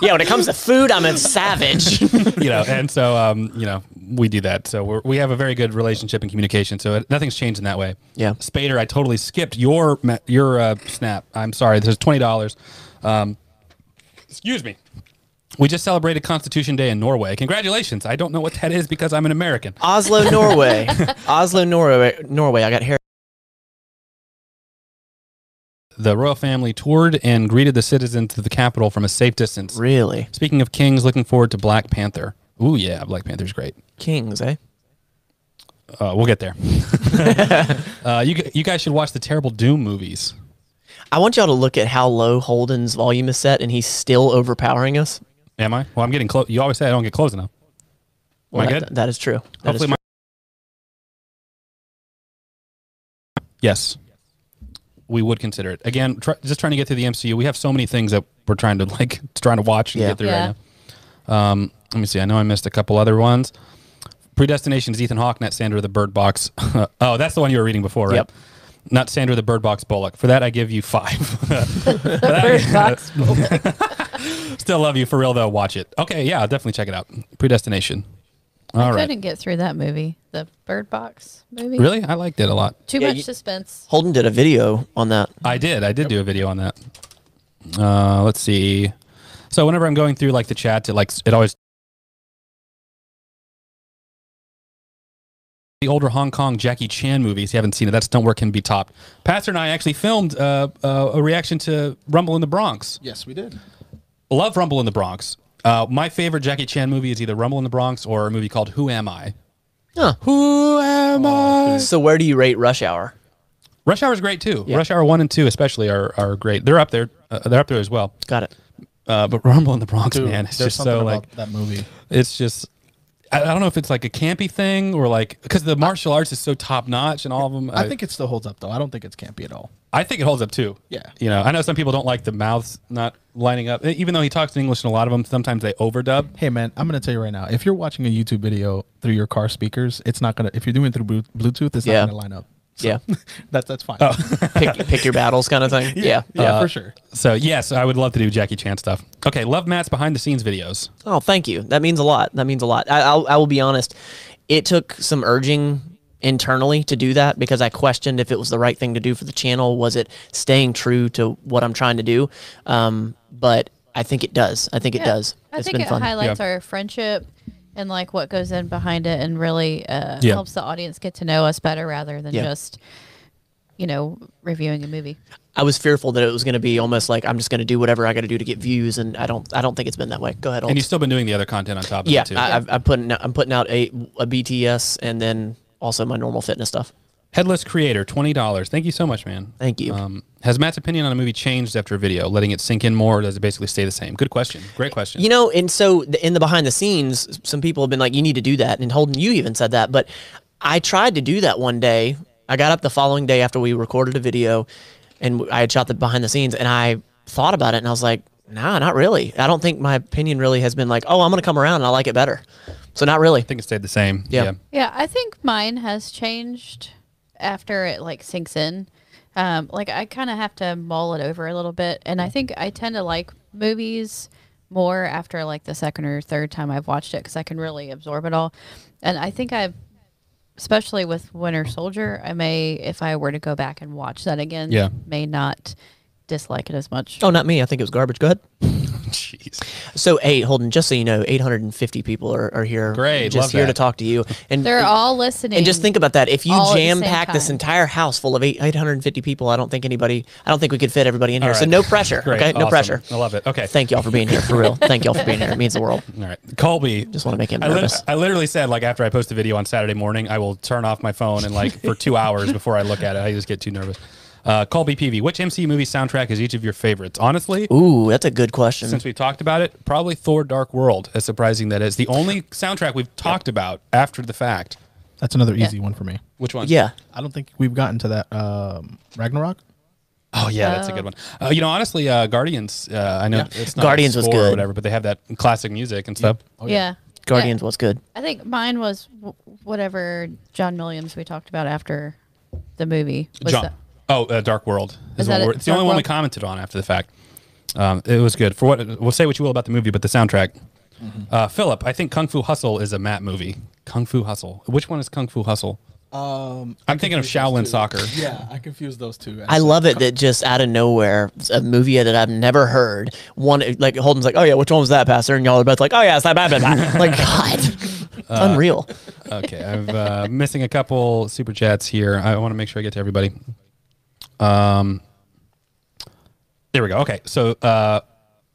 B: yeah, when it comes to food, I'm a savage.
A: you know. And so um, you know, we do that. So we're, we have a very good relationship and communication. So it, nothing's changed in that way.
B: Yeah.
A: Spader, I totally skipped your ma- your uh, snap. I'm sorry. This is twenty dollars. Um, excuse me. We just celebrated Constitution Day in Norway. Congratulations. I don't know what that is because I'm an American.
B: Oslo, Norway. Oslo, Norway. Norway. I got hair.
A: The royal family toured and greeted the citizens of the capital from a safe distance.
B: Really?
A: Speaking of kings, looking forward to Black Panther. Ooh, yeah, Black Panther's great.
B: Kings, eh?
A: Uh, we'll get there. uh, you, gu- you guys should watch the terrible Doom movies.
B: I want y'all to look at how low Holden's volume is set, and he's still overpowering us.
A: Am I? Well, I'm getting close. You always say I don't get close enough. Am I
B: Well,
A: good?
B: that- that is true. That is
A: Hopefully, my. Yes, we would consider it again. Try, just trying to get through the MCU. We have so many things that we're trying to like, trying to watch and
B: Yeah.
A: get through
C: Yeah.
A: right now. Um, let me see. I know I missed a couple other ones. Predestination is Ethan Hawke, not Sandra the Bird Box. oh, that's the one you were reading before, right?
B: Yep.
A: Not Sandra the Bird Box Bullock. For that, I give you five.
C: The bird box.
A: Still love you for real though. Watch it. Okay, yeah, I'll definitely check it out. Predestination. All right.
C: Couldn't get through that movie, the Bird Box movie.
A: Really, I liked it a lot.
C: Too
B: Yeah,
C: much
B: you-
C: suspense.
B: Holden did a video on that.
A: I did. I did do a video on that. Uh, let's see. So whenever I'm going through like the chat, it like it always the older Hong Kong Jackie Chan movies. You haven't seen it. That's don't work can be topped. Pastor and I actually filmed uh, uh, a reaction to Rumble in the Bronx.
D: Yes, we did.
A: Love Rumble in the Bronx. Uh, my favorite Jackie Chan movie is either Rumble in the Bronx or a movie called Who Am I.
B: Huh.
A: Who am I?
B: So where do you rate Rush Hour?
A: Rush Hour is great too. Rush Hour one and two especially are are great. They're up there. Uh, they're up there as well.
B: Got it.
A: Uh, but Rumble in the Bronx,
D: Dude,
A: man, it's
D: there's
A: just
D: something
A: so like
D: about that movie.
A: it's just. I I don't know if it's like a campy thing or like because the martial arts is so top notch and all of them.
D: I think it still holds up though. I don't think it's campy at all.
A: I think it holds up too.
D: Yeah.
A: you know, I know some people don't like the mouths not lining up. E- Even though he talks in English in a lot of them, sometimes they overdub.
D: Hey man, I'm gonna tell you right now. If you're watching a YouTube video through your car speakers, it's not gonna. If you're doing it through Blu- Bluetooth, it's
B: Yeah.
D: not gonna line up.
B: Yeah.
D: That's that's fine.
B: Pick, pick your battles kind of thing. Yeah.
D: Oh. yeah,
A: Uh,
D: for sure.
A: So yes, I would love to do Jackie Chan stuff. Okay, love Matt's behind the scenes videos.
B: Oh, thank you. That means a lot. That means a lot. I, I'll, I will be honest. It took some urging internally to do that because I questioned if it was the right thing to do for the channel. Was it staying true to what I'm trying to do? Um, but I think it does. I think it
C: Yeah.
B: does.
C: I
B: It's
C: think
B: been
C: it
B: fun.
C: highlights
A: Yeah.
C: our friendship and like what goes in behind it, and really uh,
A: Yeah.
C: helps the audience get to know us better rather than
B: Yeah.
C: just, you know, reviewing a movie.
B: I was fearful that it was going to be almost like I'm just going to do whatever I got to do to get views, and I don't. I don't think it's been that way. Go ahead.
A: And you've
B: Alt.
A: still been doing the other content on top of
B: yeah,
A: it too.
B: I, I've, I'm putting. out- I'm putting out a a BTS and then also my normal fitness stuff.
A: Headless Creator, twenty dollars. Thank you so much, man.
B: Thank you.
A: Um, has Matt's opinion on a movie changed after a video, letting it sink in more, or does it basically stay the same? Good question. Great question.
B: You know, and so the, in the behind the scenes, some people have been like, "You need to do that," and Holden, you even said that. But I tried to do that one day. I got up the following day after we recorded a video, and w- I had shot the behind the scenes, and I thought about it, and I was like, "Nah, not really. I don't think my opinion really has been like, oh, I'm gonna come around and I like it better." So not really.
A: I think it stayed the same.
B: Yeah.
C: Yeah, I think mine has changed after it like sinks in. Um, like I kind of have to mull it over a little bit, and I think I tend to like movies more after like the second or third time I've watched it because I can really absorb it all. And I think I've, especially with Winter Soldier, I may, if I were to go back and watch that again,
A: Yeah.
C: may not dislike it as much.
B: Oh, not me. I think it was garbage. Go ahead.
A: Jeez.
B: So, hey, Holden, just so you know, 850 people are, are here.
A: Great,
B: Just
A: love
B: here to
A: that.
B: talk to you. And
C: They're all listening.
B: And just think about that. If you
C: all at the same
B: jam pack this
C: time.
B: entire house full of eight- 850 people, I don't think anybody, I don't think we could fit everybody in here.
A: All
B: So
A: right.
B: no pressure.
A: Great.
B: Okay. No
A: Awesome.
B: pressure.
A: I love it. Okay.
B: Thank y'all for being here for real. Thank y'all for being here. It means the world.
A: All right. Colby.
B: Just want to make him
A: I, lit-
B: nervous.
A: I literally said like after I post a video on Saturday morning, I will turn off my phone and like for two hours before I look at it, I just get too nervous. Uh, Colby Peavy, which MCU movie soundtrack is each of your favorites? Honestly,
B: Ooh, that's a good question.
A: since we talked about it, probably Thor: Dark World. As surprising that is, the only soundtrack we've talked about after the fact.
D: That's another easy one for me.
A: Which one?
B: yeah.
D: I don't think we've gotten to that um, Ragnarok.
A: Oh yeah, that's a good one. Uh, you know, honestly, uh, Guardians. Uh, I know it's not
B: Guardians
A: a
B: was
A: score or
B: good.
A: whatever, but they have that classic music and stuff.
C: yeah.
B: Guardians was good.
C: I think mine was w- whatever John Williams we talked about after the movie. Was
A: John.
C: that-
A: oh, uh, Dark World. Is
C: Is
A: the
C: that
A: one
C: it?
A: we're- it's the
C: Dark
A: only one we
C: World?
A: commented on after the fact. Um, it was good. For what we'll say what you will about the movie, but the soundtrack. Uh, Philip, I think Kung Fu Hustle is a Matt movie. Kung Fu Hustle. Which one is Kung Fu Hustle?
D: Um,
A: I'm thinking of Shaolin soccer.
D: Yeah, I confused those two.
B: I love it that just out of nowhere, a movie that I've never heard. One like Holden's like, oh yeah, which one was that, Pastor? And y'all are both like, oh yeah, it's that bad, bad, bad. like
A: Uh,
B: God, it's unreal.
A: Okay, I'm uh, missing a couple super chats here. I want to make sure I get to everybody. Um, there we go. Okay, so uh,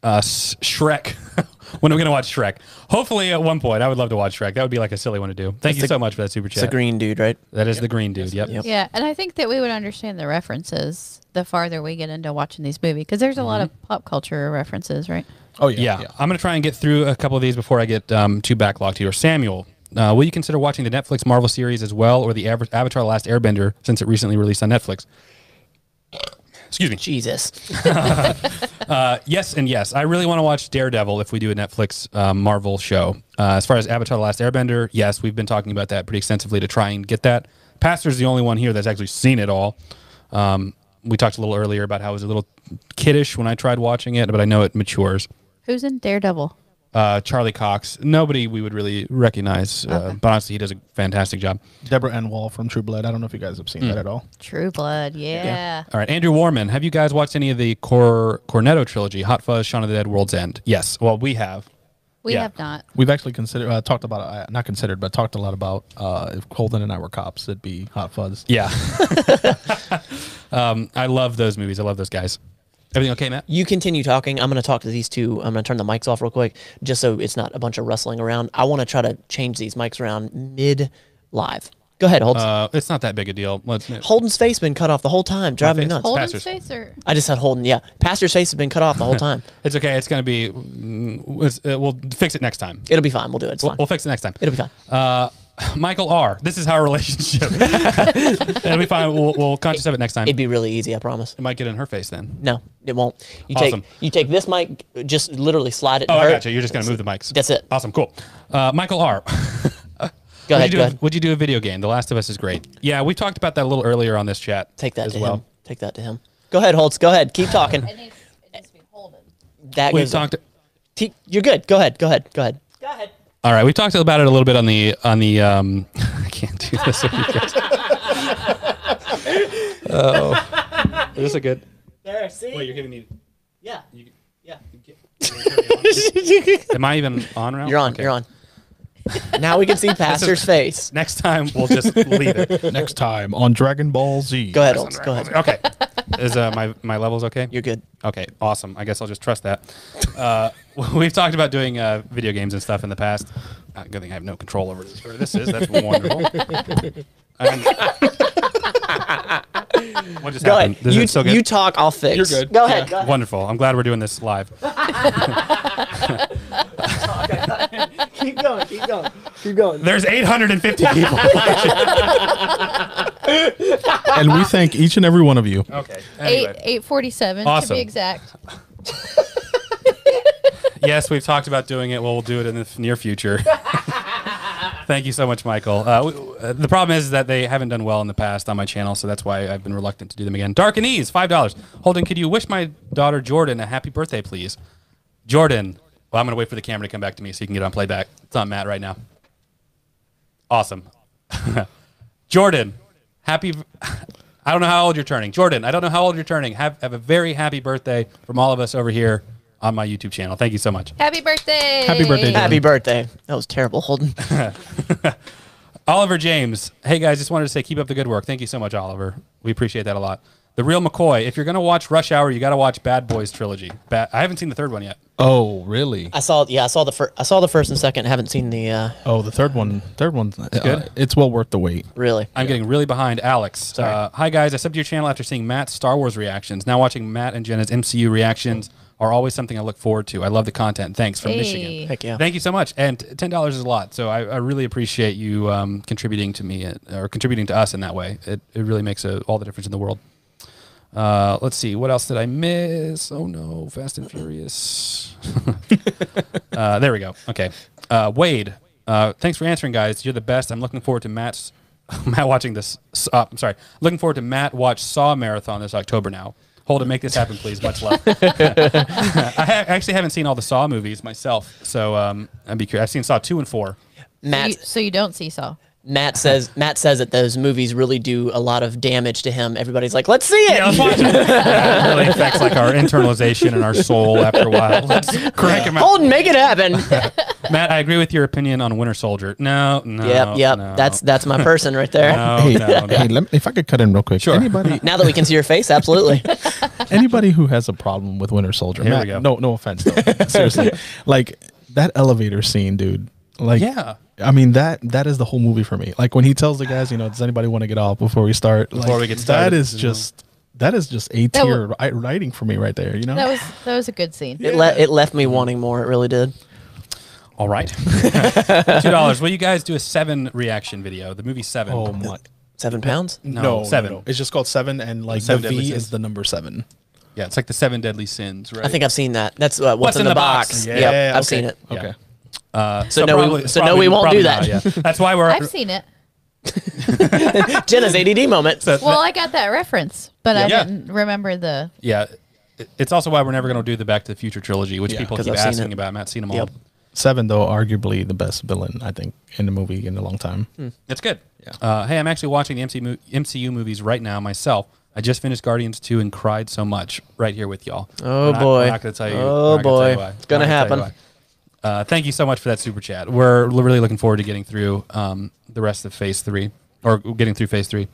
A: uh, S- Shrek. when are we gonna watch Shrek? Hopefully, at one point. I would love to watch Shrek. That would be like a silly one to do. Thank you
B: the-
A: so much for that super
B: It's a
A: chat.
B: green dude, right?
A: that is the green dude. Yep.
B: Yep.
C: Yeah, and I think that we would understand the references the farther we get into watching these movies because there's a lot of
A: Mm-hmm.
C: pop culture references, right?
D: Oh yeah,
A: Yeah. I'm gonna try and get through a couple of these before I get um, too backlogged here. Samuel. Uh, will you consider watching the Netflix Marvel series as well, or the Av- Avatar: The Last Airbender, since it recently released on Netflix? Excuse me.
B: Jesus,
A: Uh, yes and yes. I really want to watch Daredevil if we do a Netflix uh, Marvel show. Uh, as far as Avatar: The Last Airbender, yes, we've been talking about that pretty extensively to try and get that. Pastor's the only one here that's actually seen it all. Um, we talked a little earlier about how I was a little kiddish when I tried watching it, but I know it matures.
C: Who's in Daredevil?
A: Uh, Charlie Cox, nobody we would really recognize, uh, but honestly, he does a fantastic job.
D: Deborah Enwall from True Blood. I don't know if you guys have seen that at all.
C: True Blood. Yeah.
A: All right, Andrew Warman, have you guys watched any of the Cor- Cornetto trilogy, Hot Fuzz, Shaun of the Dead, World's End? Yes. Well, we have.
C: We
A: Yeah.
C: have not.
D: We've actually considered uh, talked about uh, not considered, but talked a lot about uh, if Colton and I were cops, it'd be Hot Fuzz.
A: Yeah. um, I love those movies. I love those guys. Everything okay, Matt?
B: you continue talking. I'm gonna talk to these two. I'm gonna turn the mics off real quick, just so it's not a bunch of rustling around. I want to try to change these mics around mid live. Go ahead, Holden.
A: Uh, it's not that big a deal. Let's,
B: Holden's face been cut off the whole time, driving me
A: face-
B: nuts.
C: Holden's
A: Pastor's-
C: face or
B: I just said Holden. Yeah, Pastor's face has been cut off the whole time.
A: it's okay. It's going to be, mm, it's, uh, we'll fix it next time.
B: It'll be fine. We'll do it. It's fine.
A: We'll fix it next time.
B: It'll be fine.
A: Uh, Michael R. This is our relationship. It'll be fine. We'll, we'll conscious of it next time.
B: It'd be really easy. I promise.
A: it might get in her face then.
B: No, it won't. You
A: Awesome.
B: take you take this mic, just literally slide it.
A: Oh,
B: to
A: I
B: her.
A: gotcha. You're just going to move the mics.
B: That's it.
A: Awesome. Cool. Uh, Michael R.
B: Go
A: would,
B: ahead.
A: you
B: Go
A: do
B: ahead.
A: a, would you do a video game? The Last of Us is great. Yeah, we talked about that a little earlier on this chat.
B: Take that
A: as
B: to him.
A: well.
B: Take that to him. Go ahead, Holtz. Go ahead. Keep talking.
C: it needs, it needs to be Holden.
B: That
A: We've
B: goes up.
A: talked.
B: Te- You're good. Go ahead. Go ahead. Go ahead. Go ahead.
A: All right, we talked about it a little bit on the on the. Um, I can't do this. With you guys. oh, is this a good?
B: There. See.
A: you're giving me.
B: yeah. yeah.
A: Am I even on? Ralph?
B: You're on.
A: Okay.
B: You're on. now we can see Pastor's face.
A: Next time we'll just leave it.
D: Next time on Dragon Ball Z.
B: Go ahead, Holtz. Go ahead.
A: Okay, is uh, my my levels okay?
B: You're good.
A: Okay, awesome. I guess I'll just trust that. Uh, we've talked about doing uh, video games and stuff in the past. Uh, good thing I have no control over this. Where this is that's wonderful. Um, what just
B: Go
A: happened?
B: ahead.
A: Does
B: You,
A: it still get-
B: you talk. I'll fix.
D: You're good.
B: Go ahead. Go ahead.
A: Wonderful. I'm glad we're doing this live.
B: Keep going. Keep going. Keep going.
A: There's 850 people.
D: and we thank each and every one of you.
A: okay.
C: Eight
A: Anyway.
C: eight forty seven to
A: Awesome.
C: be exact.
A: Yes, we've talked about doing it. Well, we'll do it in the f- near future. Thank you so much, Michael. Uh, w- uh, the problem is that they haven't done well in the past on my channel, so that's why I've been reluctant to do them again. Dark and Ease, five dollars. Holden, could you wish my daughter Jordan a happy birthday, please? Jordan. Well, I'm gonna wait for the camera to come back to me so you can get on playback. It's on Matt right now. Awesome. Jordan, happy. I don't know how old you're turning. Jordan, I don't know how old you're turning. Have, have a very happy birthday from all of us over here on my YouTube channel. Thank you so much.
C: Happy birthday.
D: Happy birthday, Dad.
B: Happy birthday. That was terrible, Holden.
A: Oliver James. Hey guys, just wanted to say keep up the good work. Thank you so much, Oliver. We appreciate that a lot. The real McCoy. If you're gonna watch Rush Hour, you got to watch Bad Boys trilogy. Ba- I haven't seen the third one yet.
D: Oh, really?
B: I saw. Yeah, I saw the first. I saw the first and second. Haven't seen the. Uh,
D: Oh, the third one. Third one's uh,
A: good?
D: It's well worth the wait.
B: really.
A: I'm getting really behind. Alex. Uh, hi guys, I subbed to your channel after seeing Matt's Star Wars reactions. Now watching Matt and Jenna's MCU reactions are always something I look forward to. I love the content. Thanks from
C: Hey.
A: Michigan.
B: Heck yeah.
A: Thank you so much. And t- ten dollars is a lot, so I, I really appreciate you um, contributing to me uh, or contributing to us in that way. It, it really makes a, all the difference in the world. Uh, let's see. What else did I miss? Oh no, Fast and Furious. uh, there we go. Okay. Uh, Wade, uh, thanks for answering, guys. You're the best. I'm looking forward to Matt's Matt watching this. s- Uh, I'm sorry. Looking forward to Matt watch Saw marathon this October now. Hold it, make this happen, please. Much love. I ha- actually haven't seen all the Saw movies myself, so um, I'd be curious. I've seen Saw two and four.
C: So you,
B: Matt
C: so you don't see Saw.
B: Matt says Matt says that those movies really do a lot of damage to him. Everybody's like, let's see it.
A: It really affects like our internalization and our soul after a while. Let's crank 'em out.
B: Holden, make it happen.
A: Matt, I agree with your opinion on Winter Soldier. No, no.
B: yep, yep.
A: no.
B: That's that's my person right there.
A: No,
D: hey,
A: Oh, no, no.
D: hey, lem- if I could cut in real quick.
A: Sure.
D: Anybody,
B: Now that we can see your face, absolutely.
D: anybody who has a problem with Winter Soldier,
A: Here we
D: Matt,
A: go.
D: no, no offense, though. seriously, like that elevator scene, dude. Like,
A: Yeah.
D: I mean that that is the whole movie for me. Like when he tells the guys, you know, does anybody want to get off before we start? Before
A: we get started,
D: that is
A: you know.
D: just that is just a
C: That wa-
D: tier ri- writing for me right there. You know,
C: That was that was a good scene.
B: It le- it left me wanting more. It really did.
A: All right. Two dollars. Will you guys do a seven reaction video? The movie Seven.
D: oh my.
B: Seven pounds.
A: no,
D: No,
A: seven.
D: seven. It's just called seven, and like
A: Seven
D: the
A: Deadly
D: V
A: Sins.
D: is the number seven.
A: Yeah, it's like the Seven Deadly Sins, right?
B: I think I've seen that. That's uh, what's, in, the, box. Yep, I've
D: okay.
B: seen it.
D: Okay.
A: Uh,
B: So no, we- so no, we won't
A: probably
B: do that.
A: not, yeah. That's why we're.
C: I've seen it.
B: Jenna's ADD moment.
C: Well, I got that reference, but I
A: Yeah.
C: didn't remember the.
A: yeah, It- it's also why we're never going to do the Back to the Future trilogy, which
D: Yeah.
A: people
B: 'Cause
A: keep
B: I've seen
A: asking
B: it.
A: about. I'm not seen them
B: Yep.
A: all.
D: Seven, though, arguably the best villain I think in the movie in a long time.
B: Hmm.
A: That's good. Uh, hey, I'm actually watching the MCU, mo- MCU movies right now myself. I just finished Guardians 2 and cried so much right here with y'all.
B: Oh,
A: I'm not-
B: boy.
A: I'm not going to tell you.
B: Oh,
A: I'm not gonna tell you
B: boy.
A: why. I'm
B: It's gonna
A: not gonna tell you
B: happen.
A: why. Uh, thank you so much for that super chat. We're l- really looking forward to getting through um, the rest of phase three or getting through phase three.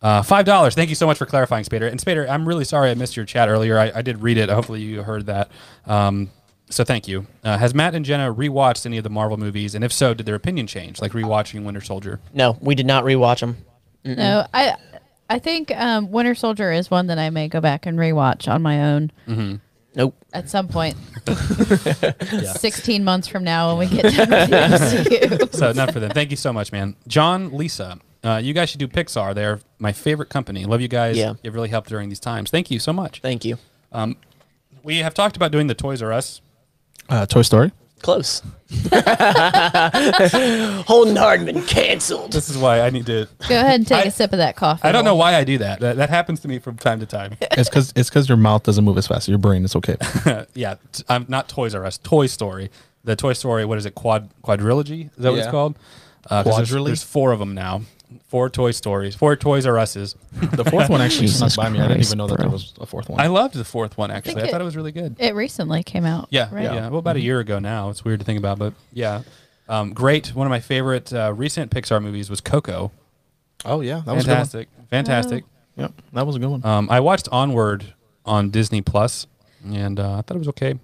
A: Uh, Five dollars. Thank you so much for clarifying, Spader. And Spader, I'm really sorry I missed your chat earlier. I, I did read it. Hopefully you heard that. Um, so thank you. Uh, has Matt and Jenna rewatched any of the Marvel movies? And if so, did their opinion change? Like rewatching Winter Soldier?
B: No, we did not rewatch them.
C: No, I I think um, Winter Soldier is one that I may go back and rewatch on my own
B: Nope.
C: at some point. Sixteen months from now, when we get done with the MCU.
A: so enough for them. Thank you so much, man. John, Lisa, uh, you guys should do Pixar. They're my favorite company. Love you guys.
B: Yeah.
A: You've really helped during these times. Thank you so much.
B: Thank you.
A: We have talked about doing the Toys R Us.
D: Uh, Toy Story.
B: Close. Holden Hardman canceled.
A: This is why I need to.
C: Go ahead and take
A: I-
C: a sip of that coffee.
A: I don't know why I do that. That, that happens to me from time to time.
D: It's because it's because your mouth doesn't move as fast. Your brain is okay.
A: yeah, t- I'm not Toys R Us. Toy Story. The Toy Story. What is it? Quad quadrilogy? Is that what it's
D: Yeah.
A: called? Uh, 'cause there's,
D: Quadrilogy?
A: there's four of them now. Four Toy Stories. Four Toys R Us's.
D: The fourth one actually
E: Jesus
D: snuck by me. I didn't
E: Christ,
D: even know that there
E: bro.
D: was a fourth one.
A: I loved the fourth one actually. I,
C: think
A: thought it
C: it-
A: was really good.
C: It recently came out.
A: Yeah,
C: right? Mm-hmm.
A: yeah. Well, about a year ago now. It's weird to think about, but yeah, um, great. One of my favorite uh, recent Pixar movies was Coco.
D: oh yeah, that was
A: Fantastic, fantastic.
D: A good one. Yep, that was a good one.
C: Oh.
A: Um, I watched Onward on Disney Plus, and uh, I thought it was okay.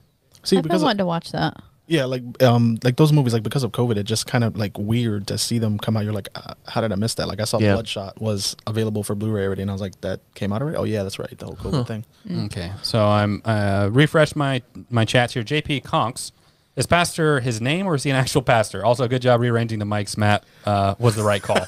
D: See,
C: I've been
D: because
C: wanting to watch that.
D: yeah, like um, like those movies, like because of COVID, it just kind of like weird to see them come out. You're like, uh, how did I miss that? Like I saw
B: Yeah.
D: Bloodshot was available for Blu-ray already, and I was like, that came out already. Oh yeah, that's right, the whole COVID thing.
C: Mm.
A: Okay, so I'm uh, refreshed my my chats here. JP Conks is pastor his name or is he an actual pastor? Also, good job rearranging the mics. Matt uh, was the right call.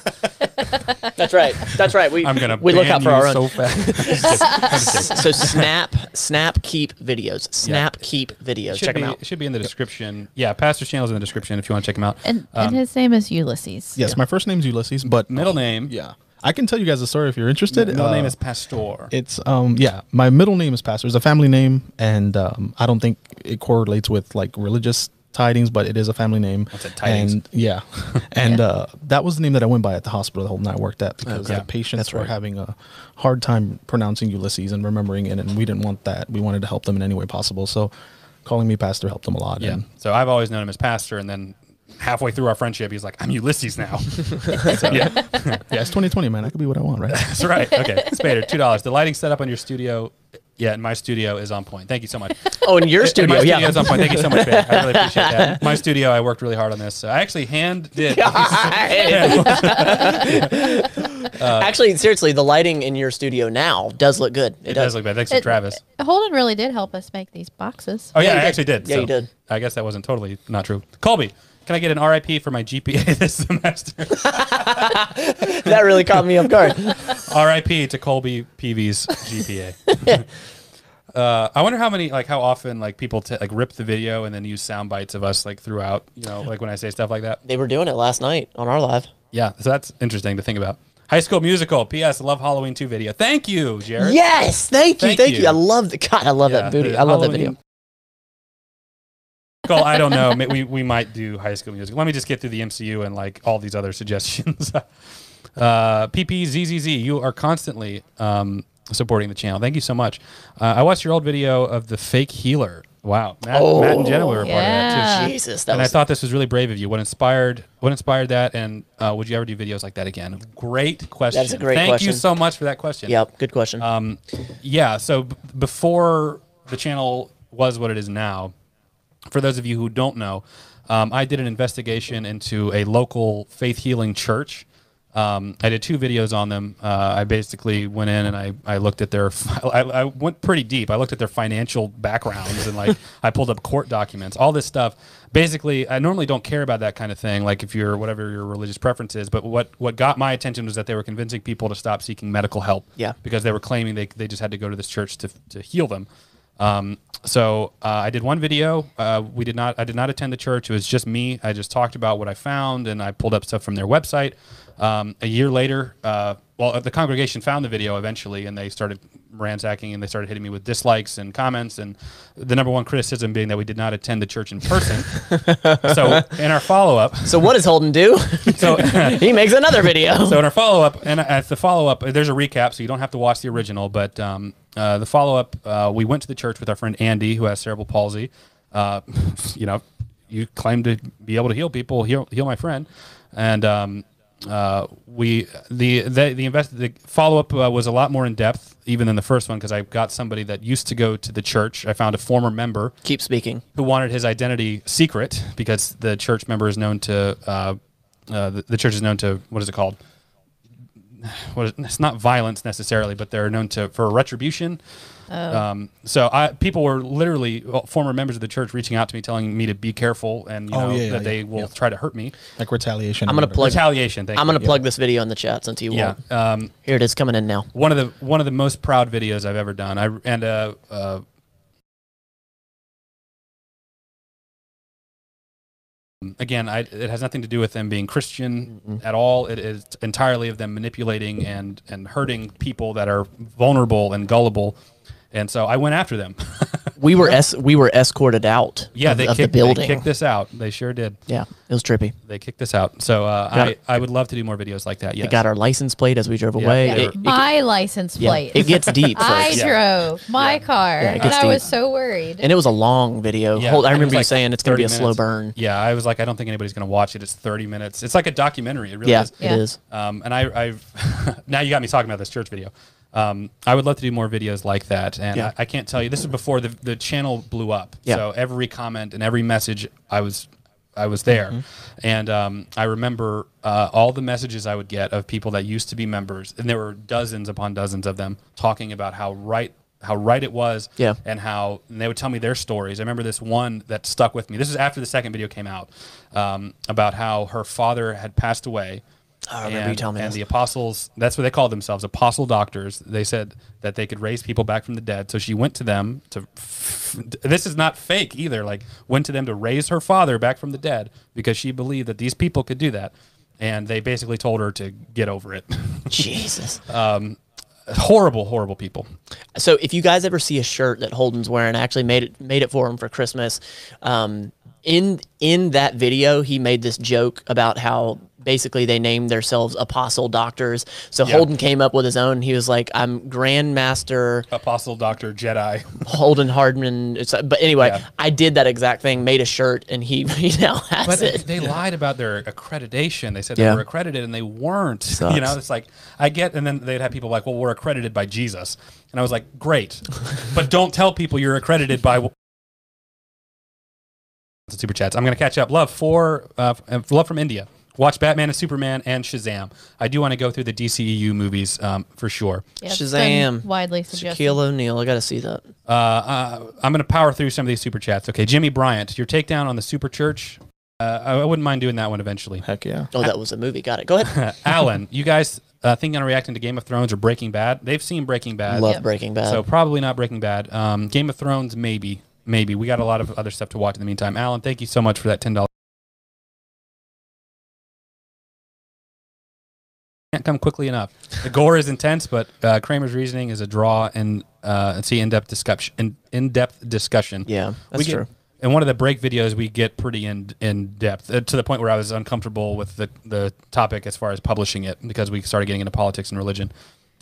B: That's right. That's right. We
A: I'm gonna
B: we look
A: ban
B: out for
A: you
B: our own.
A: so fast.
B: so snap, snap, keep videos. Snap, keep videos.
A: should
B: Check
A: be,
B: them out.
A: Should be in the description. Yeah, pastor's channel's in the description if you want to check him out.
C: And
A: Um,
C: and his name is Ulysses.
D: Yes, my first name's Ulysses, but
A: Middle name.
D: yeah, I can tell you guys a story if you're interested.
A: Middle name
D: Uh,
A: is Pastor.
D: It's um yeah, my middle name is Pastor. It's a family name, and um, I don't think it correlates with like religious tidings, but it is a family name.
A: That's a tidings.
D: And yeah, and Uh, that was the name that I went by at the hospital the whole night I worked at because
A: Okay.
D: the patients
B: Oh, That's
D: were
B: right.
D: having a hard time pronouncing Ulysses and remembering it, and we didn't want that. We wanted to help them in any way possible, so calling me Pastor helped them a lot.
A: Yeah.
D: and
A: So I've always known him as pastor, and then halfway through our friendship, he's like, "I'm Ulysses now." So, yeah,
D: yeah, it's 2020, man. I could be what I want, right?
A: that's right. Okay, Spader, two dollars. The lighting setup on your studio, yeah, in my studio is on point. Thank you so much.
B: Oh, in your studio,
A: my studio
B: yeah.
A: is on point. Thank you so much, Spader. I really appreciate that. My studio, I worked really hard on this. I actually hand did. Uh,
B: Actually, seriously, the lighting in your studio now does look good. It,
A: It does look bad. Thanks to
C: It-
A: Travis.
C: Holden really did help us make these boxes.
A: Oh yeah,
B: Yeah, you
A: I
B: did.
A: actually did.
B: Yeah,
A: so
B: you did.
A: I guess that wasn't totally not true. Colby, can I get an RIP for my GPA this semester?
B: That really caught me off guard.
A: R.I.P. to Colby Peavy's GPA. uh, I wonder how many, like, how often, like, people t- like rip the video and then use sound bites of us, like, throughout. You know, like when I say stuff like that.
B: They were doing it last night on our live.
A: Yeah, so that's interesting to think about. High School Musical. P.S. Love Halloween two video. Thank you, Jared.
B: Yes, thank you,
A: Thank
B: thank you.
A: you.
B: I love the God. I love
A: Yeah,
B: that booty.
A: the
B: I love that
A: Halloween
B: video.
A: Cole, I don't know. May- We, we might do High School Music. Let me just get through the MCU and like all these other suggestions. uh, PPZZZ, you are constantly um, supporting the channel. Thank you so much. Uh, I watched your old video of the fake healer. Wow, Matt, Matt and Jenna were a part of that too.
C: Yeah.
B: Jesus, Oh, that
A: and I
B: was
A: thought this was really brave of you. What inspired what inspired that, and uh, would you ever do videos like that again? Great question.
B: That's a great
A: Thank you
B: question.
A: so much for that question.
B: Yep, good question.
A: Um, yeah. So b- before the channel was what it is now, for those of you who don't know, um, I did an investigation into a local faith healing church. Um, I did two videos on them. Uh, I basically went in and I, I looked at their, I, I went pretty deep. I looked at their financial backgrounds and like I pulled up court documents, all this stuff. Basically, I normally don't care about that kind of thing, like if you're whatever your religious preference is. But what, what got my attention was that they were convincing people to stop seeking medical help
B: Yeah.
A: because they were claiming they, they just had to go to this church to, to heal them. Um, so uh, I did one video. Uh, we did not. I did not attend the church. It was just me. I just talked about what I found, and I pulled up stuff from their website. Um, a year later, uh, well, the congregation found the video eventually, and they started ransacking, and they started hitting me with dislikes and comments, and the number one criticism being that we did not attend the church in person. so in our follow up,
B: so what does Holden do?
A: so
B: he makes another video.
A: so in our follow up, and at the follow up, there's a recap, so you don't have to watch the original. But um, uh, the follow up, uh, we went to the church with our friend Andy, who has cerebral palsy. Uh, you know, you claim to be able to heal people, heal, heal my friend, and um, uh, we the the the, invest- the follow up uh, was a lot more in depth even than the first one because I got somebody that used to go to the church. I found a former member
B: Keep speaking.
A: who wanted his identity secret because the church member is known to uh, uh, the, the church is known to what is it called? What is, it's not violence necessarily, but they're known to for retribution. Um, so I, people were literally well, former members of the church reaching out to me, telling me to be careful and you
D: Oh,
A: know
D: yeah, yeah,
A: that they
D: yeah,
A: will
D: yeah.
A: try to hurt me.
D: like retaliation.
B: I'm
D: or
B: gonna
D: whatever.
B: plug-
A: Retaliation. Thank
B: I'm
A: you.
B: gonna plug this video in the chat since you
A: Yeah.
B: won't.
A: Um,
B: Here it is coming in now.
A: one of the one of the most proud videos I've ever done. I and uh, uh, again, I, it has nothing to do with them being Christian at all. It is entirely of them manipulating and and hurting people that are vulnerable and gullible. And so I went after them.
B: We were es- we were escorted out.
A: yeah,
B: of,
A: they
B: of
A: kicked,
B: the
A: they
B: building.
A: kicked Uh, this out. They sure did.
B: yeah, it was trippy.
A: They kicked this out. So uh,
B: Got
A: I,
B: it.
A: I would love to do more videos like that.
B: They
A: Yes.
B: got our license plate as we drove away.
A: they
B: It-
A: were-
B: it-
C: my license
B: yeah,
C: plate.
B: it gets deep.
C: I
B: Folks.
C: drove my car,
B: Yeah, it
C: and
B: gets
C: I was
B: deep.
C: so worried.
B: And it was a long video.
A: Yeah,
B: Hold, I
A: it was
B: remember you
A: like
B: saying it's going to be a
A: 30
B: slow
A: minutes.
B: burn.
A: Yeah, I was like, I don't think anybody's going to watch it. It's 30 minutes. It's like a documentary. It really
B: Yeah,
A: is.
C: Yeah.
B: it is.
A: Um, and I, I've now you got me talking about this church video. Um, I would love to do more videos like that, and
B: Yeah.
A: I, I can't tell you. This is before the the channel blew up,
B: Yeah.
A: so every comment and every message, I was I was there,
B: Mm-hmm.
A: and um, I remember uh, all the messages I would get of people that used to be members, and there were dozens upon dozens of them talking about how right how right it was,
B: Yeah.
A: and how and they would tell me their stories. I remember this one that stuck with me. This is after the second video came out um, about how her father had passed away.
B: I remember
A: and,
B: you telling me
A: and
B: this.
A: the apostles, that's what they called themselves, apostle doctors. They said that they could raise people back from the dead. So she went to them to, this is not fake either, like went to them to raise her father back from the dead because she believed that these people could do that. And they basically told her to get over it.
B: Jesus.
A: horrible, horrible people.
B: So if you guys ever see a shirt that Holden's wearing, I actually made it made it for him for Christmas. Um, in in that video, he made this joke about how basically they named themselves apostle doctors. So Holden came up with his own. He was like, "I'm Grandmaster
A: Apostle, doctor, Jedi.
B: Holden Hardman." It's, but anyway,
A: Yeah.
B: I did that exact thing, made a shirt, and he he now has
A: But uh,
B: it.
A: they lied about their accreditation. They said
B: Yeah.
A: they were accredited and they weren't.
B: Sucks.
A: You know, it's like I get, and then they'd have people like, "Well, we're accredited by Jesus," and I was like, "Great," but don't tell people you're accredited by. w- Super chats. I'm gonna catch up. Love for uh, f- love from India. Watch Batman and Superman and Shazam. I do want to go through the DCEU movies um, for sure.
C: Yeah, it's
B: Shazam.
C: been widely suggested.
B: Shaquille O'Neal, I gotta see that.
A: Uh, uh, I'm going to power through some of these super chats. Okay, Jimmy Bryant, your takedown on the super church. Uh, I I wouldn't mind doing that one eventually.
D: Heck yeah.
B: Oh, that was a movie. Got it. Go ahead.
A: Alan, you guys uh, thinking on reacting to Game of Thrones or Breaking Bad? They've seen Breaking Bad,
B: Love
C: Yep.
B: Breaking Bad.
A: so probably not Breaking Bad. Um, Game of Thrones, maybe, maybe. We got a lot of other stuff to watch in the meantime. Alan, thank you so much for that ten dollars. Can't come quickly enough. The gore is intense, but uh, Kramer's reasoning is a draw and uh, see in-depth discussion. In, in-depth discussion.
B: yeah,
A: we
B: that's
A: get,
B: true.
A: in one of the break videos, we get pretty in in depth uh, to the point where I was uncomfortable with the the topic as far as publishing it because we started getting into politics and religion.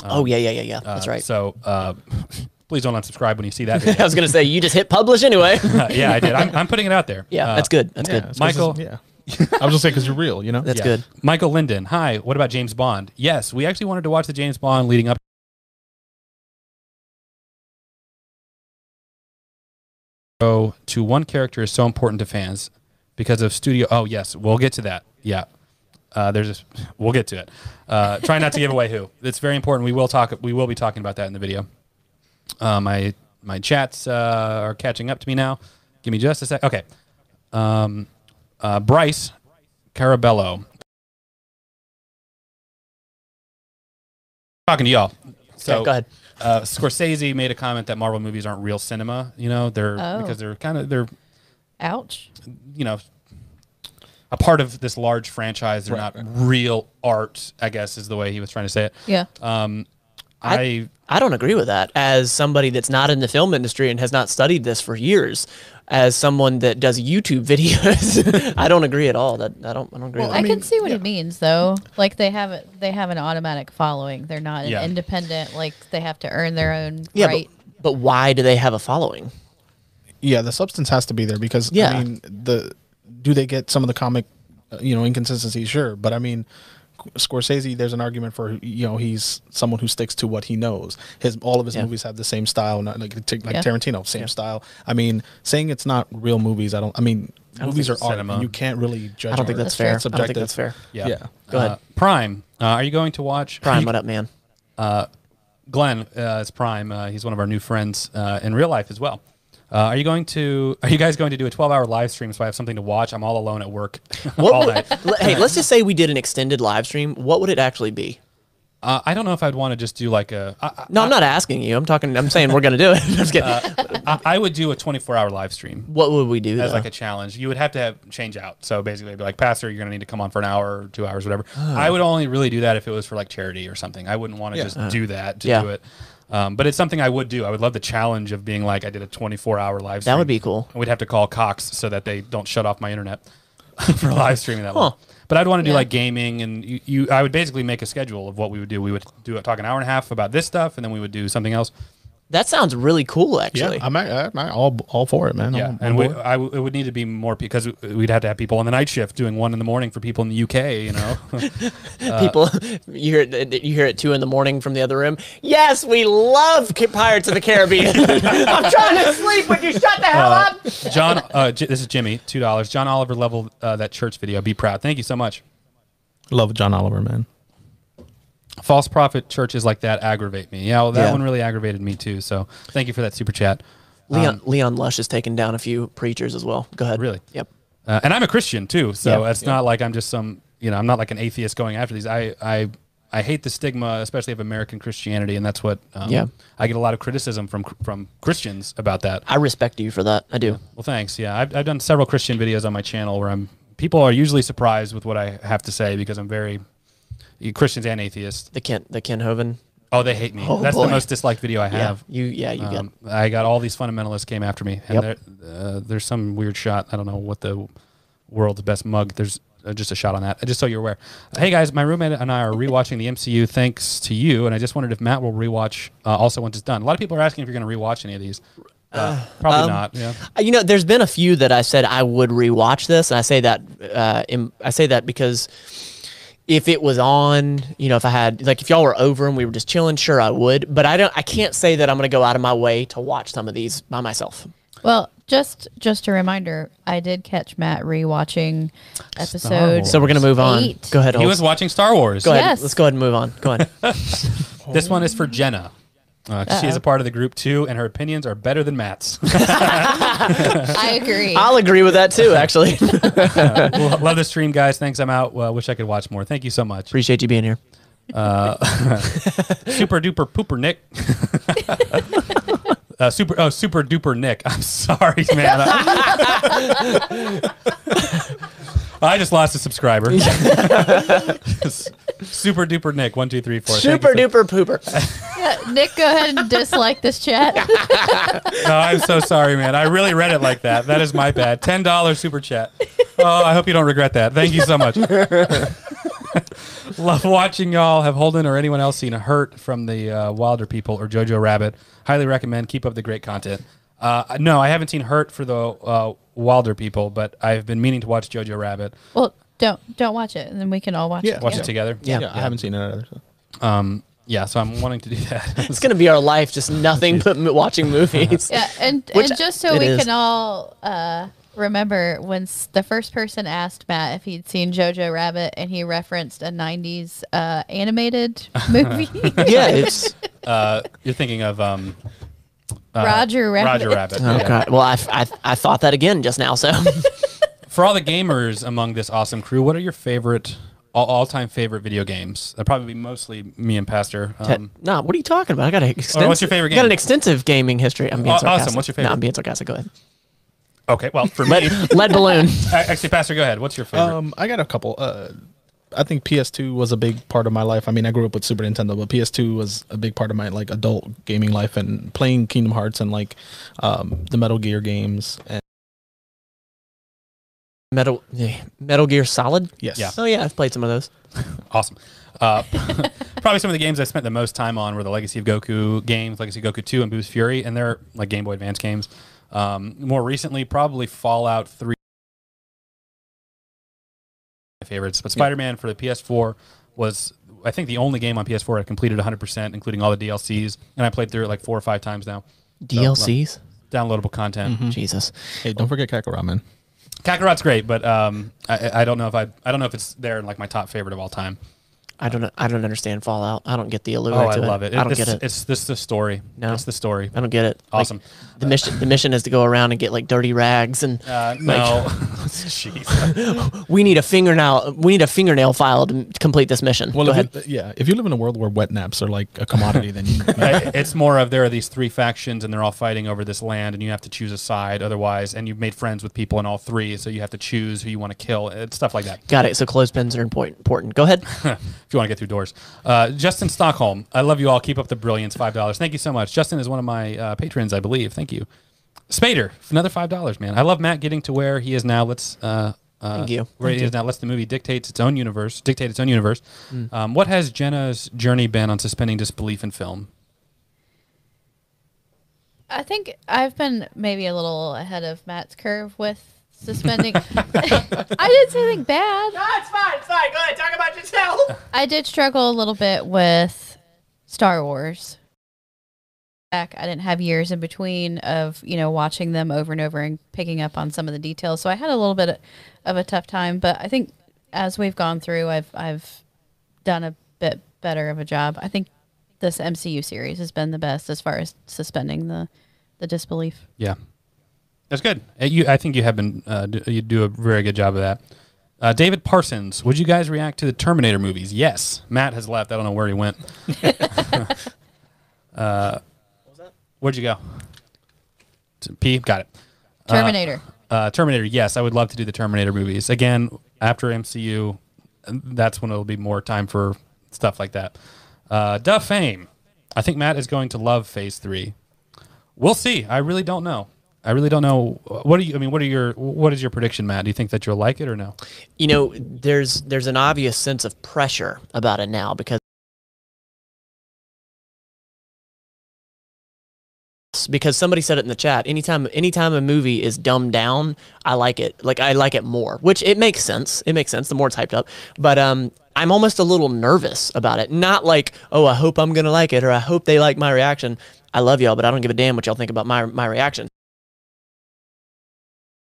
B: oh yeah, yeah, yeah, yeah. That's
A: um, Uh,
B: right.
A: So uh, please don't unsubscribe when you see that.
B: I
A: Video.
B: was gonna say you just hit publish anyway.
A: Uh, yeah, I did. I'm, I'm putting it out there.
B: yeah,
A: Uh,
B: that's good. That's
D: Yeah,
B: good.
D: it's 'cause
A: Michael-
D: it's- Yeah. I was just saying because you're real, you know.
B: That's
A: yeah.
B: good.
A: Michael Linden. Hi. What about James Bond? Yes, we actually wanted to watch the James Bond leading up. Oh, to one character is so important to fans because of studio. Oh yes, we'll get to that. Yeah. Uh, there's a, we'll get to it. Uh, try not to give away who. It's very important. We will talk. We will be talking about that in the video. Uh, my my chats uh, are catching up to me now. Give me just a sec. Okay. Um, uh, Bryce Carabello. Talking to y'all. So
B: Okay, go ahead.
A: Uh, Scorsese made a comment that Marvel movies aren't real cinema. You know, they're
C: Oh.
A: because they're kind of they're
C: Ouch.
A: you know a part of this large franchise. They're
D: Right,
A: not real art. I guess is the way he was trying to say it.
C: Yeah.
A: Um, I,
B: I- I don't agree with that. As somebody that's not in the film industry and has not studied this for years, as someone that does YouTube videos, I don't agree at all. That I don't. I don't agree.
D: Well,
B: with
C: I,
B: that.
D: mean,
C: can see what
D: yeah.
C: he means though. Like they have it, they have an automatic following. They're not an
A: Yeah.
C: independent. Like they have to earn their own
B: yeah,
C: right.
B: but, but why do they have a following?
D: Yeah, the substance has to be there because
B: Yeah.
D: I mean, the do they get some of the comic, uh, you know, inconsistencies? Sure, but I mean, Scorsese, there's an argument for you know he's someone who sticks to what he knows. His all of his
B: Yeah.
D: movies have the same style, not like t- like
C: Yeah.
D: Tarantino, same style. I mean, saying it's not real movies, I don't. I mean, movies are
A: think
D: art.
A: cinema-
D: and You can't really judge.
B: I don't think
D: art.
B: that's,
C: That's
B: fair.
D: It's
B: I don't think that's fair.
A: yeah.
D: yeah.
B: Go ahead.
A: Uh, Prime. Uh, are you going to watch
B: Prime, what up, man?
A: Glenn uh, is Prime. Uh, he's one of our new friends uh, in real life as well. Uh, are you going to? Are you guys going to do a 12-hour live stream so I have something to watch? I'm all alone at work
B: What
A: all
B: would-
A: night.
B: le- hey, let's just say we did an extended live stream. What would it actually be?
A: Uh, I don't know if I'd want to just do like a. I,
B: No, I'm not asking you. I'm talking. I'm saying we're gonna do it. I'm just kidding.
A: I, I would do a 24-hour live stream
B: what would we do?
A: Uh, as
B: though?
A: like a challenge. You would have to have change out. So basically, it'd be like, Pastor, you're going to need to come on for an hour or two hours, whatever.
B: Ah.
A: I would only really do that if it was for like charity or something. I wouldn't want to
D: Yeah.
A: just do that to
B: Ah. Yeah.
A: do it. Um, but it's something I would do. I would love the challenge of being like, I did a 24-hour live. stream.
B: that would be cool.
A: And We'd have to call Cox so that they don't shut off my internet for live streaming that long. But I'd want to do
C: Yeah.
A: like gaming, and you, you, I would basically make a schedule of what we would do. We would do talk an hour and a half about this stuff, and then we would do something else.
B: That sounds really cool,
D: Yeah,
B: actually.
D: I'm, i I'm all all for it, man.
A: Yeah,
D: I'm,
A: and
D: I'm
A: we,
D: bored.
A: I w- it would need to be more because we'd have to have people on the night shift doing one in the morning for people in the UK. You know, uh,
B: People, you hear it. You hear it two in the morning from the other room. Yes, we love Ca- Pirates of the Caribbean. I'm trying to sleep. Would you shut the hell up?
A: John, uh, J- this is Jimmy, two dollars. John Oliver level uh, that church video. Be proud. Thank you so much.
D: love John Oliver, man.
A: False prophet churches like that aggravate me. Yeah, well, that
B: Yeah.
A: one really aggravated me too. So thank you for that super chat.
B: Leon Leon Lush has taken down a few preachers as well. Go ahead.
A: Um, Really?
B: Yep.
A: uh, and I'm a Christian too, so
B: Yeah.
A: it's not like I'm just some you know I'm not like an atheist going after these. I I I hate the stigma, especially of American Christianity, and that's what um,
B: Yeah.
A: I get a lot of criticism from from Christians about that.
B: I respect you for that. I do.
A: Well, thanks. Yeah, I've I've done several Christian videos on my channel where I'm people are usually surprised with what I have to say because I'm very Christians and atheists.
B: The Ken the Ken Hoven.
A: Oh, they hate me. that's
B: boy.
A: the most disliked video I have.
B: Yeah. You. Yeah. You
A: Um, I got all these fundamentalists came after me, and
B: Yep.
A: there, uh, there's some weird shot. I don't know what the world's best mug. There's uh, just a shot on that. Just so you're aware. Hey guys, my roommate and I are rewatching the MCU thanks to you, and I just wondered if Matt will rewatch uh, also once it's done. A lot of people are asking if you're going to rewatch any of these. Uh, probably
B: um,
A: not. Yeah.
B: get. You know, there's been a few that I said I would rewatch this, and I say that. Uh, in, I say that because. if it was on, you know, if I had like if y'all were over and we were just chilling, sure I would. But I don't I can't say that I'm gonna go out of my way to watch some of these by myself.
C: Well, just just a reminder. I did catch Matt rewatching episode.
A: Wars.
B: So we're gonna move on.
C: Eight.
B: Go ahead,
A: He
B: Holt.
A: was watching Star Wars.
B: go ahead.
C: Yes.
B: Let's go ahead and move on. Go on.
A: This one is for Jenna. Uh, 'cause she is a part of the group too, and her opinions are better than Matt's.
C: I agree.
B: I'll agree with that too, actually.
A: Well, love the stream, guys. Thanks. I'm out. Uh, wish I could watch more. Thank you so much.
B: Appreciate you being here.
A: super duper pooper Nick. uh, super oh super duper Nick. I'm sorry, man. I, I just lost a subscriber. Super duper Nick. One, two, three, four. Thank
B: Super
A: you so-
B: duper pooper.
C: Yeah, Nick, go ahead and dislike this chat.
A: No, Oh, I'm so sorry, man. I really read it like that. That is my bad. Ten dollars super chat. Oh, I hope you don't regret that. Thank you so much. Love watching y'all. Have Holden or anyone else seen a hurt from the uh, Wilder people or Jojo Rabbit? Highly recommend. Keep up the great content. Uh, no, I haven't seen hurt for the uh, Wilder people, but I've been meaning to watch Jojo Rabbit.
C: Well, don't don't watch it, and then we can all watch
D: Yeah.
C: it.
A: Watch
C: together.
A: it together.
B: Yeah.
D: I haven't seen it either. So.
A: Um, yeah. So I'm wanting to do that.
B: It's gonna be our life, just nothing but m- watching movies.
C: Yeah, and,
B: Which
C: and just so
B: it
C: we
B: is.
C: can all uh, remember, when s- the first person asked Matt if he'd seen Jojo Rabbit, and he referenced a '90s uh, animated movie,
B: Yeah, it's
A: uh, you're thinking of um, uh,
C: Roger Rabbit.
A: Roger Rabbit.
B: oh
A: yeah.
B: god. Well, I, f- I, I thought that again just now. So
A: For all the gamers among this awesome crew, what are your favorite, all, all-time favorite video games? That'd probably be mostly me and Pastor. Um,
B: nah, what are you talking about? I got an extensive.
A: what's your favorite
B: I Got an
A: game?
B: extensive gaming history. I'm being
A: Aw- awesome.
B: sarcastic.
A: What's your
B: Nah,
A: favorite?
B: I'm being sarcastic. Go ahead.
A: okay, well, for me, uh,
B: Lead balloon.
A: actually, Pastor, go ahead. What's your favorite?
D: Um, I got a couple. Uh, I think PS2 was a big part of my life. I mean, I grew up with Super Nintendo, but PS2 was a big part of my like adult gaming life and playing Kingdom Hearts and like um, the Metal Gear games. And
B: Metal yeah. Metal Gear Solid.
D: yes,
A: Yeah.
B: Oh yeah, I've played some of those.
A: awesome. Uh, probably some of the games I spent the most time on were the Legacy of Goku games, Legacy of Goku 2 and Boo's Fury, and they're like Game Boy Advance games. Um, more recently, probably Fallout 3. My favorites, but Spider Man for the PS4 was, I think, the only game on PS4 I completed 100%, including all the DLCs, and I played through it like four or five times now.
B: DLCs.
A: Downloadable content.
B: Mm-hmm. Jesus.
D: Hey, don't forget Kakarot, man.
A: Kakarot's great, but um, I, I don't know if I, I don't know if it's there in like my top favorite of all time.
B: I don't. I don't understand Fallout. I don't get the allure
A: Oh, I
B: to
A: love it.
B: I don't
A: it's,
B: get it.
A: It's this the story.
B: No.
A: it's the story.
B: I don't get it. Like,
A: Awesome.
B: the mission. The mission is to go around and get like dirty rags and.
A: Uh, no, Jeez.
B: we need a fingernail. We need a fingernail file to m- complete this mission.
D: Well,
B: Go
D: if
B: ahead.
D: it- yeah, if you live in a world where wet naps are like a commodity, then you,
A: I- it's more of there are these three factions and they're all fighting over this land, and you have to choose a side otherwise. And you've made friends with people in all three, so you have to choose who you want to kill. It's stuff like that.
B: Got it. So clothespins are important. Important. Go ahead.
A: if you want to get through doors. Uh, Justin Stockholm, I love you all. Keep up the brilliance. Five dollars. Thank you so much. Justin is one of my uh, patrons, I believe. Thank you. Spader, another five dollars, man. I love Matt getting to where he is now. Let's. Uh, uh,
B: Thank you. Mm.
A: Where he is now lets the movie dictates its own universe. Dictate its own universe. Um, what has Jenna's journey been on suspending disbelief in film?
C: I think I've been maybe a little ahead of Matt's curve with suspending. I didn't say anything bad.
B: it's fine. It's fine. Go ahead. Talk about yourself.
C: I did struggle a little bit with Star Wars. Back, I didn't have years in between of you know watching them over and over and picking up on some of the details, so I had a little bit of a tough time. But I think as we've gone through, I've I've done a bit better of a job. I think this MCU series has been the best as far as suspending the the disbelief.
A: Yeah, that's good. Uh, you, I think you have been. Uh, do, you do a very good job of that. Uh, David Parsons, would you guys react to the Terminator movies? Yes. Matt has left. I don't know where he went. uh, where'd you go? To P. Got it.
C: Terminator.
A: Uh, Terminator. Yes, I would love to do the Terminator movies again after MCU. That's when it'll be more time for stuff like that. Uh, Duh Fame. I think Matt is going to love Phase Three. We'll see. I really don't know. I really don't know. What do you? I mean, what are your? What is your prediction, Matt? Do you think that you'll like it or no?
B: You know, there's there's an obvious sense of pressure about it now because because somebody said it in the chat. Anytime anytime a movie is dumbed down, I like it. Like I like it more, which it makes sense. It makes sense the more it's hyped up. But um I'm almost a little nervous about it. Not like, oh, I hope I'm going to like it or I hope they like my reaction. I love y'all, but I don't give a damn what y'all think about my my reaction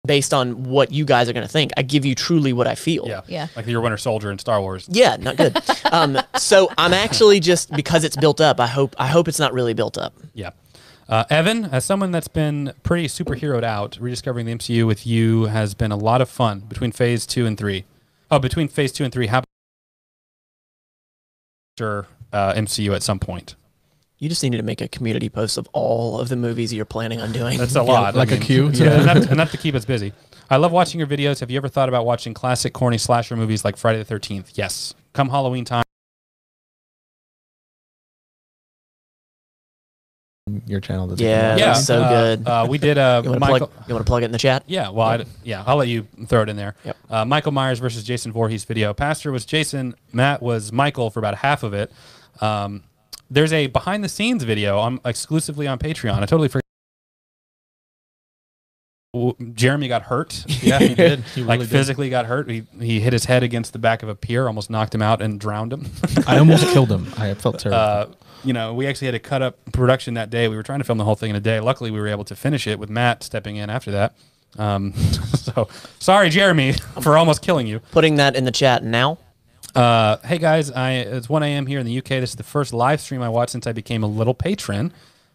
B: based on what you guys are going to think. I give you truly what I feel.
C: Yeah.
A: Like your Winter Soldier in Star Wars.
B: Yeah, not good. um, so I'm actually just because it's built up. I hope I hope it's not really built up.
A: Yeah. Uh, Evan, as someone that's been pretty superheroed out, rediscovering the MCU with you has been a lot of fun between phase two and three. Oh, between phase two and three, how after uh, MCU at some point?
B: You just needed to make a community post of all of the movies you're planning on doing.
A: That's a lot.
D: like a queue,
A: Yeah,
D: yeah.
A: enough, enough to keep us busy. I love watching your videos. Have you ever thought about watching classic corny slasher movies like Friday the 13th? Yes. Come Halloween time.
E: your channel. That's
B: Yeah.
A: yeah,
B: that's so
A: uh,
B: good.
A: Uh, we did uh,
B: You want to
A: Michael.
B: plug? You want to plug it in the chat?
A: Yeah, well, I'd, yeah, I'll let you throw it in there.
B: Yep.
A: Uh, Michael Myers versus Jason Voorhees video. Pastor was Jason, Matt was Michael for about half of it. Um, there's a behind the scenes video on exclusively on Patreon. I totally forgot. W- Jeremy got hurt.
E: Yeah, he did. He
A: like
E: really did.
A: physically got hurt. He, he hit his head against the back of a pier, almost knocked him out and drowned him.
E: I almost killed him. I felt terrible.
A: uh, you know, we actually had to cut up production that day. We were trying to film the whole thing in a day. Luckily, we were able to finish it with Matt stepping in after that. Um, so sorry, Jeremy, for almost killing you.
B: Putting that in the chat now.
A: Uh, hey guys, I it's 1 a.m. here in the UK. This is the first live stream I watched since I became a little patron.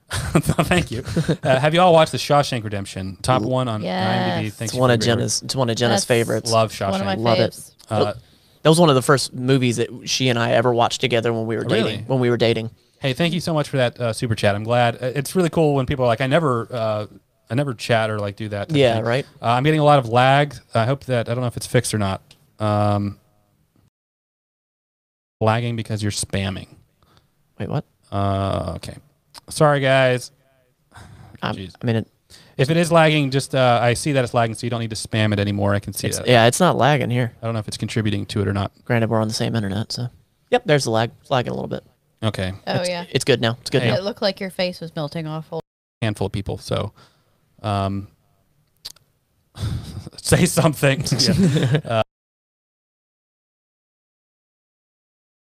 A: Thank you. Uh, have you all watched the Shawshank Redemption? Top one on IMDb.
C: Yes.
A: Thanks
B: It's one
A: for
B: of
A: the great
B: Jenna's. It's one of Jenna's
C: That's
B: favorites.
A: Love
C: One of my
A: Shawshank.
B: Love it.
C: faves.
A: Uh,
B: That was one of the first movies that she and I ever watched together when we were dating.
A: Really?
B: When we were dating.
A: Hey, thank you so much for that uh, super chat. I'm glad. Uh, It's really cool when people are like, I never, uh, I never chat or like do that. type of
B: Yeah,
A: thing.
B: right.
A: Uh, I'm getting a lot of lag. I hope that I don't know if it's fixed or not. Um, lagging because you're spamming.
B: Wait, what?
A: Uh, okay. Sorry, guys.
B: I'm,
A: Jeez.
B: I mean, it,
A: If it is lagging, just uh, I see that it's lagging, so you don't need to spam it anymore. I can see
B: it's,
A: that.
B: yeah, it's not lagging here.
A: I don't know if it's contributing to it or not.
B: Granted, we're on the same internet, so. Yep, there's the lag. It's lagging a little bit.
A: Okay.
C: Oh yeah.
B: It's good now. It's good
A: Hey.
B: now.
C: It looked like your face was melting off.
A: handful of people. So, um, say something. Uh,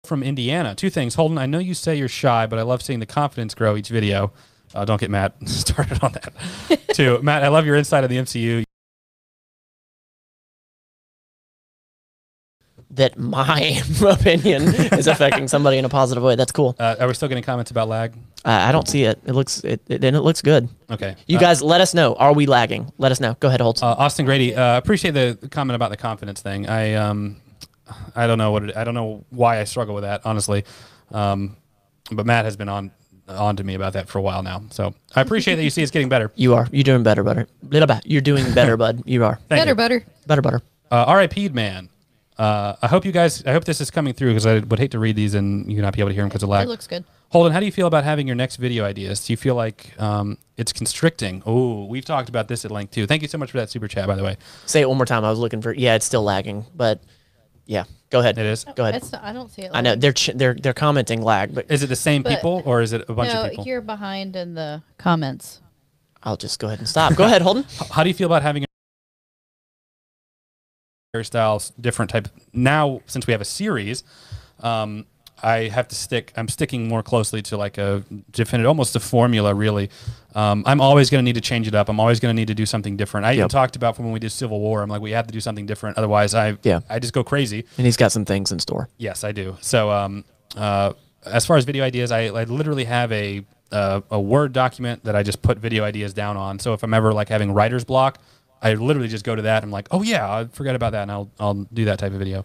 A: from Indiana, two things. Holden, I know you say you're shy, but I love seeing the confidence grow each video. Uh, don't get Matt started on that. Two, Matt, I love your insight on the MCU.
B: That my opinion is affecting somebody in a positive way. That's cool.
A: Uh, are we still getting comments about lag?
B: I, I don't see it. It looks it, it and it looks good.
A: Okay.
B: You
A: Uh,
B: guys, let us know. Are we lagging? Let us know. Go ahead, Holtz.
A: Uh, Austin Grady, uh, appreciate the comment about the confidence thing. I um, I don't know what it, I don't know why I struggle with that honestly, um, but Matt has been on on to me about that for a while now. So I appreciate that you see it's getting better.
B: you are. You're doing better, butter. Little bit. You're doing better, bud. You are.
A: Thank
C: Better
A: you.
C: butter.
B: Better, butter.
A: Uh, R.I.P. man. Uh, I hope you guys. I hope this is coming through because I would hate to read these and you not be able to hear them because of lag.
C: It looks good.
A: Holden, how do you feel about having your next video ideas? Do you feel like um, it's constricting? Oh, we've talked about this at length too. Thank you so much for that super chat, by the way.
B: Say it one more time. I was looking for. Yeah, it's still lagging, but yeah. Go ahead.
A: It is.
B: Go ahead.
C: It's not, I don't see it.
B: I know they're ch- they're they're commenting lag, but
A: Is it the same
C: But-
A: people or is it a bunch
C: no,
A: of people?
C: you're behind in the comments.
B: I'll just go ahead and stop. Go ahead, Holden.
A: How do you feel about having hairstyles, different type? Now, since we have a series, um, I have to stick. I'm sticking more closely to like a definite, almost a formula. Really, um, I'm always going to need to change it up. I'm always going to need to do something different. I even
B: Yep.
A: talked about from when we did Civil War. I'm like, we have to do something different, otherwise, I
B: Yeah.
A: I just go crazy.
B: And he's got some things in store.
A: Yes, I do. So, um, uh, as far as video ideas, I, I literally have a uh, a Word document that I just put video ideas down on. So if I'm ever like having writer's block, I literally just go to that. And I'm like, oh yeah, I forgot about that, and I'll I'll do that type of video.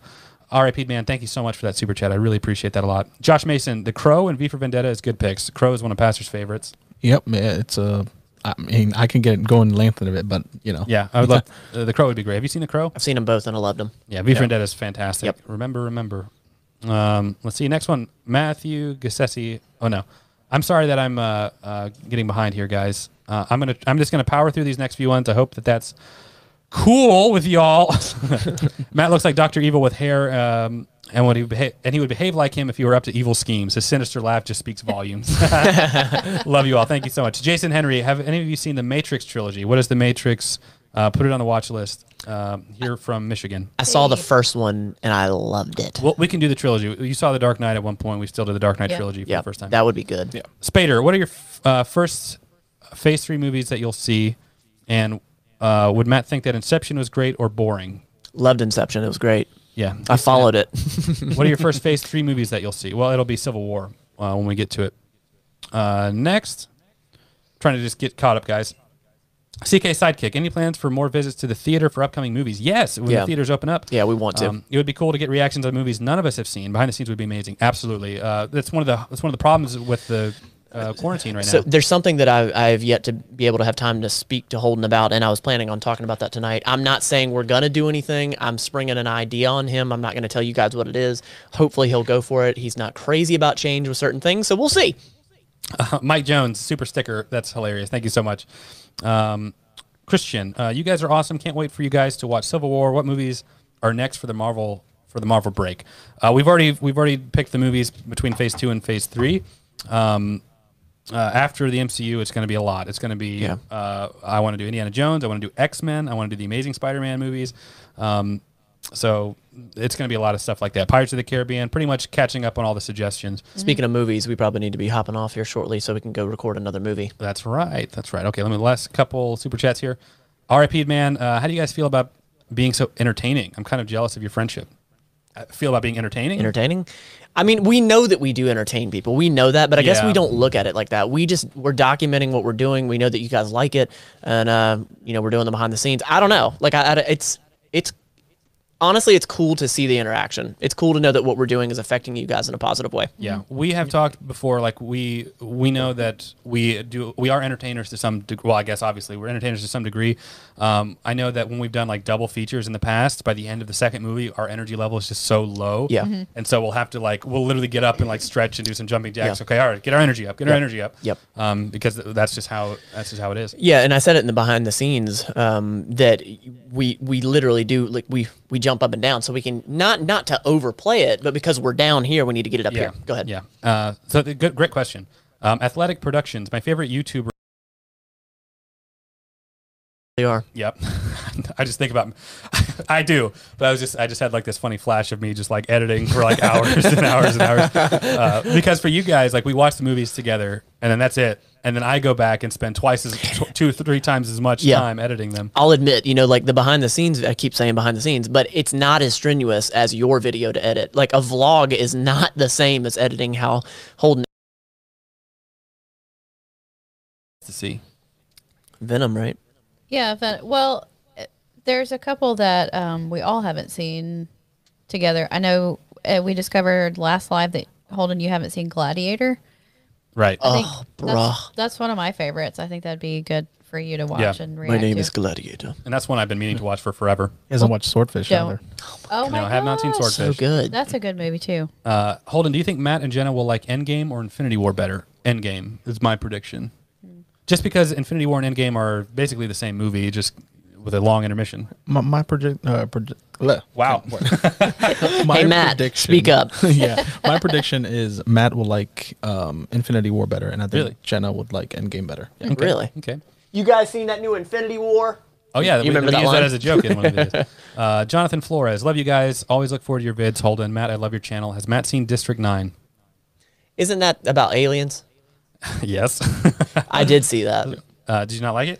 A: R.I.P. man, thank you so much for that super chat. I really appreciate that a lot. Josh Mason, The Crow and V for Vendetta is good picks. Crow is one of Pastor's favorites.
E: yep, yeah, it's
D: uh,
E: a. I mean, I can get go in length of it, but you know.
A: Yeah, I would love uh, The Crow would be great. Have you seen The Crow?
B: I've seen them both and I loved them.
A: Yeah, V for Vendetta is fantastic.
B: Yep.
A: Remember, remember. Um, let's see. Next one, Matthew Gassesi. Oh no, I'm sorry that I'm uh, uh, getting behind here, guys. Uh, I'm gonna. I'm just gonna power through these next few ones. I hope that that's cool with y'all. Matt looks like Doctor Evil with hair, um, and would he beha- and he would behave like him if he were up to evil schemes. His sinister laugh just speaks volumes. Love you all. Thank you so much, Jason Henry. Have any of you seen the Matrix trilogy? What is the Matrix? Uh, put it on the watch list. Um, here from Michigan.
B: I saw the
C: Hey.
B: first one and I loved it.
A: Well, we can do the trilogy. You saw the Dark Knight at one point. We still did the Dark Knight
C: Yeah.
A: trilogy for
B: yeah,
A: the first time.
B: that would be good.
A: Spader, what are your f- uh, first Phase Three movies that you'll see? And uh, would Matt think that Inception was great or boring?
B: Loved Inception. It was great.
A: Yeah,
B: I followed it.
A: what are your first Phase Three movies that you'll see? Well, it'll be Civil War uh, when we get to it. Uh, next, trying to just get caught up, guys. CK Sidekick, any plans for more visits to the theater for upcoming movies? Yes, when
B: Yeah.
A: the theaters open up.
B: Yeah, we want to.
A: Um, it would be cool to get reactions on movies none of us have seen. Behind the scenes would be amazing. Absolutely. Uh, that's one of the that's one of the problems with the uh, quarantine right
B: So
A: now.
B: there's something that I, I have yet to be able to have time to speak to Holden about, and I was planning on talking about that tonight. I'm not saying we're gonna do anything. I'm springing an idea on him. I'm not gonna tell you guys what it is. Hopefully he'll go for it. He's not crazy about change with certain things, so we'll see.
A: Mike Jones, super sticker. That's hilarious. Thank you so much. Um, Christian, uh, you guys are awesome. Can't wait for you guys to watch Civil War. What movies are next for the Marvel for the Marvel break? Uh, we've already we've already picked the movies between Phase Two and Phase Three. Um, uh, after the MCU, it's going to be a lot. It's going to be
B: Yeah.
A: uh, I want to do Indiana Jones. I want to do X Men. I want to do the Amazing Spider Man movies. Um, so it's going to be a lot of stuff like that. Pirates of the Caribbean, pretty much catching up on all the suggestions.
B: Speaking of movies, we probably need to be hopping off here shortly so we can go record another movie.
A: That's right. That's right. Okay, let me last couple super chats here. RIP man, uh, how do you guys feel about being so entertaining? I'm kind of jealous of your friendship. I feel about being entertaining.
B: Entertaining. I mean, we know that we do entertain people. We know that, but I guess
A: Yeah.
B: we don't look at it like that. We just we're documenting what we're doing. We know that you guys like it, and uh, you know we're doing the behind the scenes. I don't know. Like I, I it's it's honestly it's cool to see the interaction. It's cool to know that what we're doing is affecting you guys in a positive way.
A: yeah, we have talked before. Like we we know that we do we are entertainers to some degree. Well, I guess obviously we're entertainers to some degree. Um, I know that when we've done like double features in the past, by the end of the second movie, our energy level is just so low.
B: Yeah. Mhm.
A: and so we'll have to like we'll literally get up and like stretch and do some jumping jacks.
B: Yeah.
A: Okay, all right, get our energy up, get our
B: Yep.
A: energy up.
B: Yep.
A: Um, because th- that's just how that's just how it is.
B: Yeah, and I said it in the behind the scenes um, that we we literally do like we we jump up and down so we can not not to overplay it, but because we're down here, we need to get it up here. Go ahead.
A: Yeah. Uh, so the good, great question. Um, Athletic Productions, my favorite YouTuber.
B: they are.
A: Yep. I just think about. I do, but I was just I just had like this funny flash of me just like editing for like hours and hours and hours uh, because for you guys like we watch the movies together and then that's it and then I go back and spend twice as tw- two three times as much
B: Yeah.
A: time editing them.
B: I'll admit, you know, like the behind the scenes, I keep saying behind the scenes, but it's not as strenuous as your video to edit. Like a vlog is not the same as editing how holding
A: To see.
B: Venom, right?
C: Yeah, but well, eh, there's a couple that um, we all haven't seen together. I know uh, we discovered last live that Holden, you haven't seen Gladiator.
A: Right.
C: I think
B: Oh,
C: that's,
B: bruh.
C: that's one of my favorites. I think that'd be good for you to watch
A: Yeah.
C: and react.
B: My name
C: to.
B: is Gladiator.
A: and that's one I've been meaning to watch for forever.
E: He hasn't watched Swordfish
C: Don't.
E: either.
C: Oh my
A: No, I have not seen
C: gosh.
A: Swordfish.
B: So good.
C: That's a good movie too.
A: Uh, Holden, do you think Matt and Jenna will like Endgame or Infinity War better? Endgame is my prediction. Just because Infinity War and Endgame are basically the same movie, just with a long intermission.
E: My, my project. Uh, project
A: Wow.
E: my
B: hey Matt, speak up.
E: yeah, my prediction is Matt will like um, Infinity War better, and I think
A: Really?
E: Jenna would like Endgame better. Yeah.
B: Really?
A: okay.
B: You guys seen that new Infinity War?
A: Oh yeah, we,
B: remember
A: we
B: that
A: use that
B: line?
A: as a joke in one of the videos. Uh, Jonathan Flores, love you guys. Always look forward to your vids. Holden, Matt, I love your channel. Has Matt seen District Nine?
B: Isn't that about aliens?
A: yes.
B: I did see that.
A: uh, did you not like it?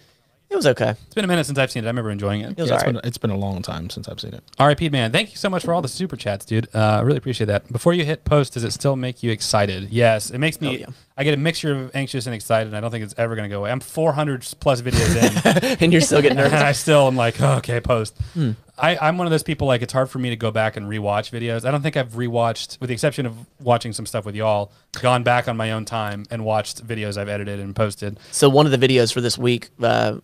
B: It was okay.
A: It's been a minute since I've seen it. I remember enjoying it.
B: It was
E: Yeah, it's
B: alright.
E: been, it's been a long time since I've seen it.
A: R.I.P. Man, thank you so much for all the super chats, dude. Uh, I really appreciate that. Before you hit post, does it still make you excited? Yes, it makes me.
B: yeah.
A: I get a mixture of anxious and excited. and I don't think it's ever going to go away. I'm 400 plus videos in,
B: and you're still getting
A: and
B: nervous.
A: I still am like, "Oh, okay, post. I, I'm one of those people like it's hard for me to go back and rewatch videos. I don't think I've rewatched, with the exception of watching some stuff with y'all, gone back on my own time and watched videos I've edited and posted.
B: So one of the videos for this week, uh,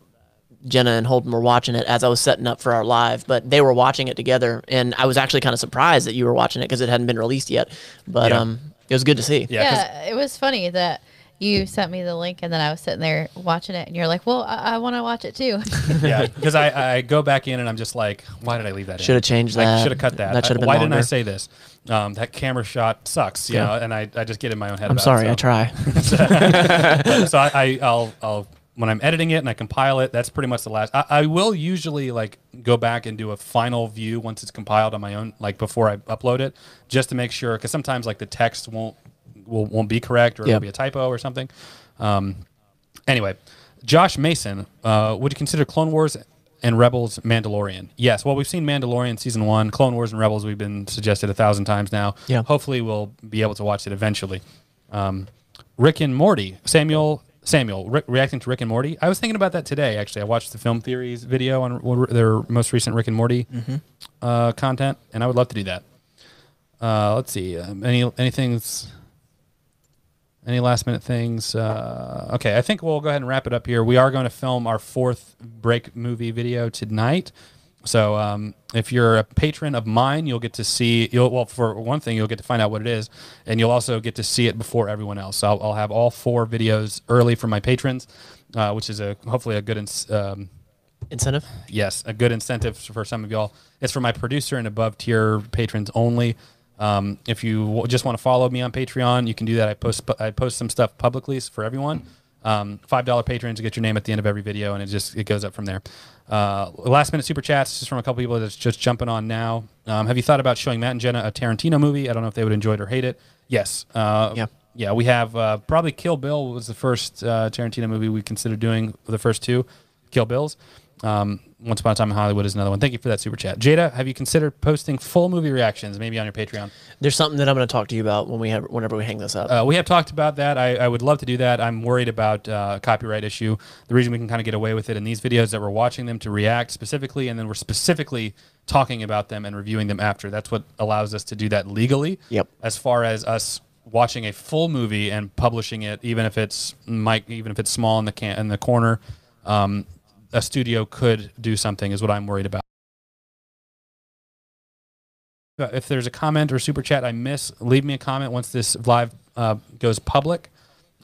B: Jenna and Holden were watching it as I was setting up for our live, but they were watching it together, and I was actually kind of surprised that you were watching it because it hadn't been released yet. But
A: Yeah.
B: um, it was good to see.
A: Yeah, 'cause-
C: Yeah, it was funny that you sent me the link and then I was sitting there watching it and you're like, well, I, I want to watch it too.
A: yeah, because I, I go back in and I'm just like, why did I leave that? in?
B: Shoulda changed
A: I
B: that.
A: should have cut that.
B: That shoulda been
A: Why didn't I
B: longer."
A: say this? Um, that camera shot sucks. You
B: Yeah.
A: know, and I, I just get in my own head.
B: I'm
A: about
B: sorry,
A: it,
B: I try.
A: try. so I, I I'll I'll when I'm editing it and I compile it, that's pretty much the last. I, I will usually like go back and do a final view once it's compiled on my own, like before I upload it, just to make sure. Because sometimes like the text won't will, won't be correct or
B: Yeah.
A: it'll be a typo or something. Um, Anyway, Josh Mason, uh, would you consider Clone Wars and Rebels Mandalorian? Yes. Well, we've seen Mandalorian season one, Clone Wars and Rebels. We've been suggested a thousand times now.
B: Yeah.
A: Hopefully, we'll be able to watch it eventually. Um, Rick and Morty, Samuel. Samuel Rick, reacting to Rick and Morty. I was thinking about that today. Actually, I watched the film theories video on r- their most recent Rick and Morty uh, content, and I would love to do that. Uh, let's see. Um, any anything's any last minute things? Uh, okay, I think we'll go ahead and wrap it up here. We are going to film our fourth break movie video tonight. So um, if you're a patron of mine, you'll get to see. You'll, well, for one thing, you'll get to find out what it is, and you'll also get to see it before everyone else. So I'll, I'll have all four videos early for my patrons, uh, which is a hopefully a good ins- um,
B: Incentive.
A: yes, a good incentive for some of y'all. It's for my producer and above tier patrons only. Um, if you w- just want to follow me on Patreon, you can do that. I post I post some stuff publicly for everyone. Um, Five dollar patrons you get your name at the end of every video, and it just it goes up from there. Uh, last minute super chats just from a couple people that's just jumping on now. Um, have you thought about showing Matt and Jenna a Tarantino movie? I don't know if they would enjoy it or hate it. Yes. Uh,
B: Yeah.
A: yeah, we have uh, probably Kill Bill was the first uh, Tarantino movie we considered doing. The first two, Kill Bills. Um, Once Upon a Time in Hollywood is another one. Thank you for that super chat, Jada. Have you considered posting full movie reactions, maybe on your Patreon?
B: There's something that I'm going to talk to you about when we have whenever we hang this up.
A: Uh, we have talked about that. I, I would love to do that. I'm worried about uh, copyright issue. The reason we can kind of get away with it in these videos that we're watching them to react specifically, and then we're specifically talking about them and reviewing them after. That's what allows us to do that legally.
B: Yep.
A: As far as us watching a full movie and publishing it, even if it's mic, even if it's small in the can in the corner, um, a studio could do something. Is what I'm worried about. Uh, if there's a comment or super chat I miss, leave me a comment once this live uh, goes public,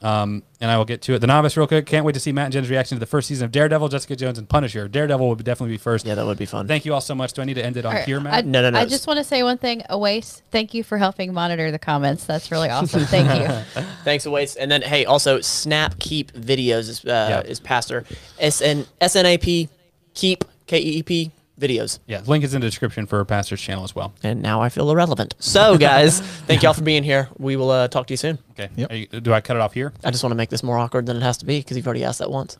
A: um, and I will get to it. The novice, real quick, can't wait to see Matt and Jen's reaction to the first season of Daredevil, Jessica Jones, and Punisher. Daredevil would definitely be first.
B: yeah, that would be fun.
A: Thank you all so much. Do I need to end it on
C: All right,
A: here,
C: I,
A: Matt?
B: No, no, no.
C: I just want to say one thing. Awais, thank you for helping monitor the comments. That's really awesome. Thank you.
B: Thanks, Awais. And then, hey, also Snap Keep Videos is uh,
A: Yeah.
B: is Pastor S N S N A P Keep K E E P Videos.
A: yeah, link is in the description for Pastor's channel as well.
B: And now I feel irrelevant. So, guys, thank y'all for being here. We will uh, talk to you soon.
A: Okay.
E: Yep.
A: Are you- do I cut it off here?
B: I just want to make this more awkward than it has to be because you've already asked that once.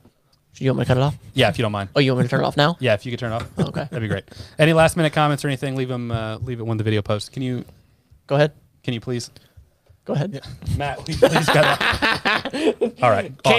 B: Do you want me to cut it off?
A: Yeah, if you don't mind.
B: Oh, you want me to turn it off now?
A: Yeah, if you could turn it off.
B: Okay.
A: That'd be great. Any last minute comments or anything? Leave them. Uh, leave it when the video posts. Can you?
B: Go ahead.
A: Can you please,
B: Go ahead.
A: Matt? Please, please cut that. All right.
B: Can't-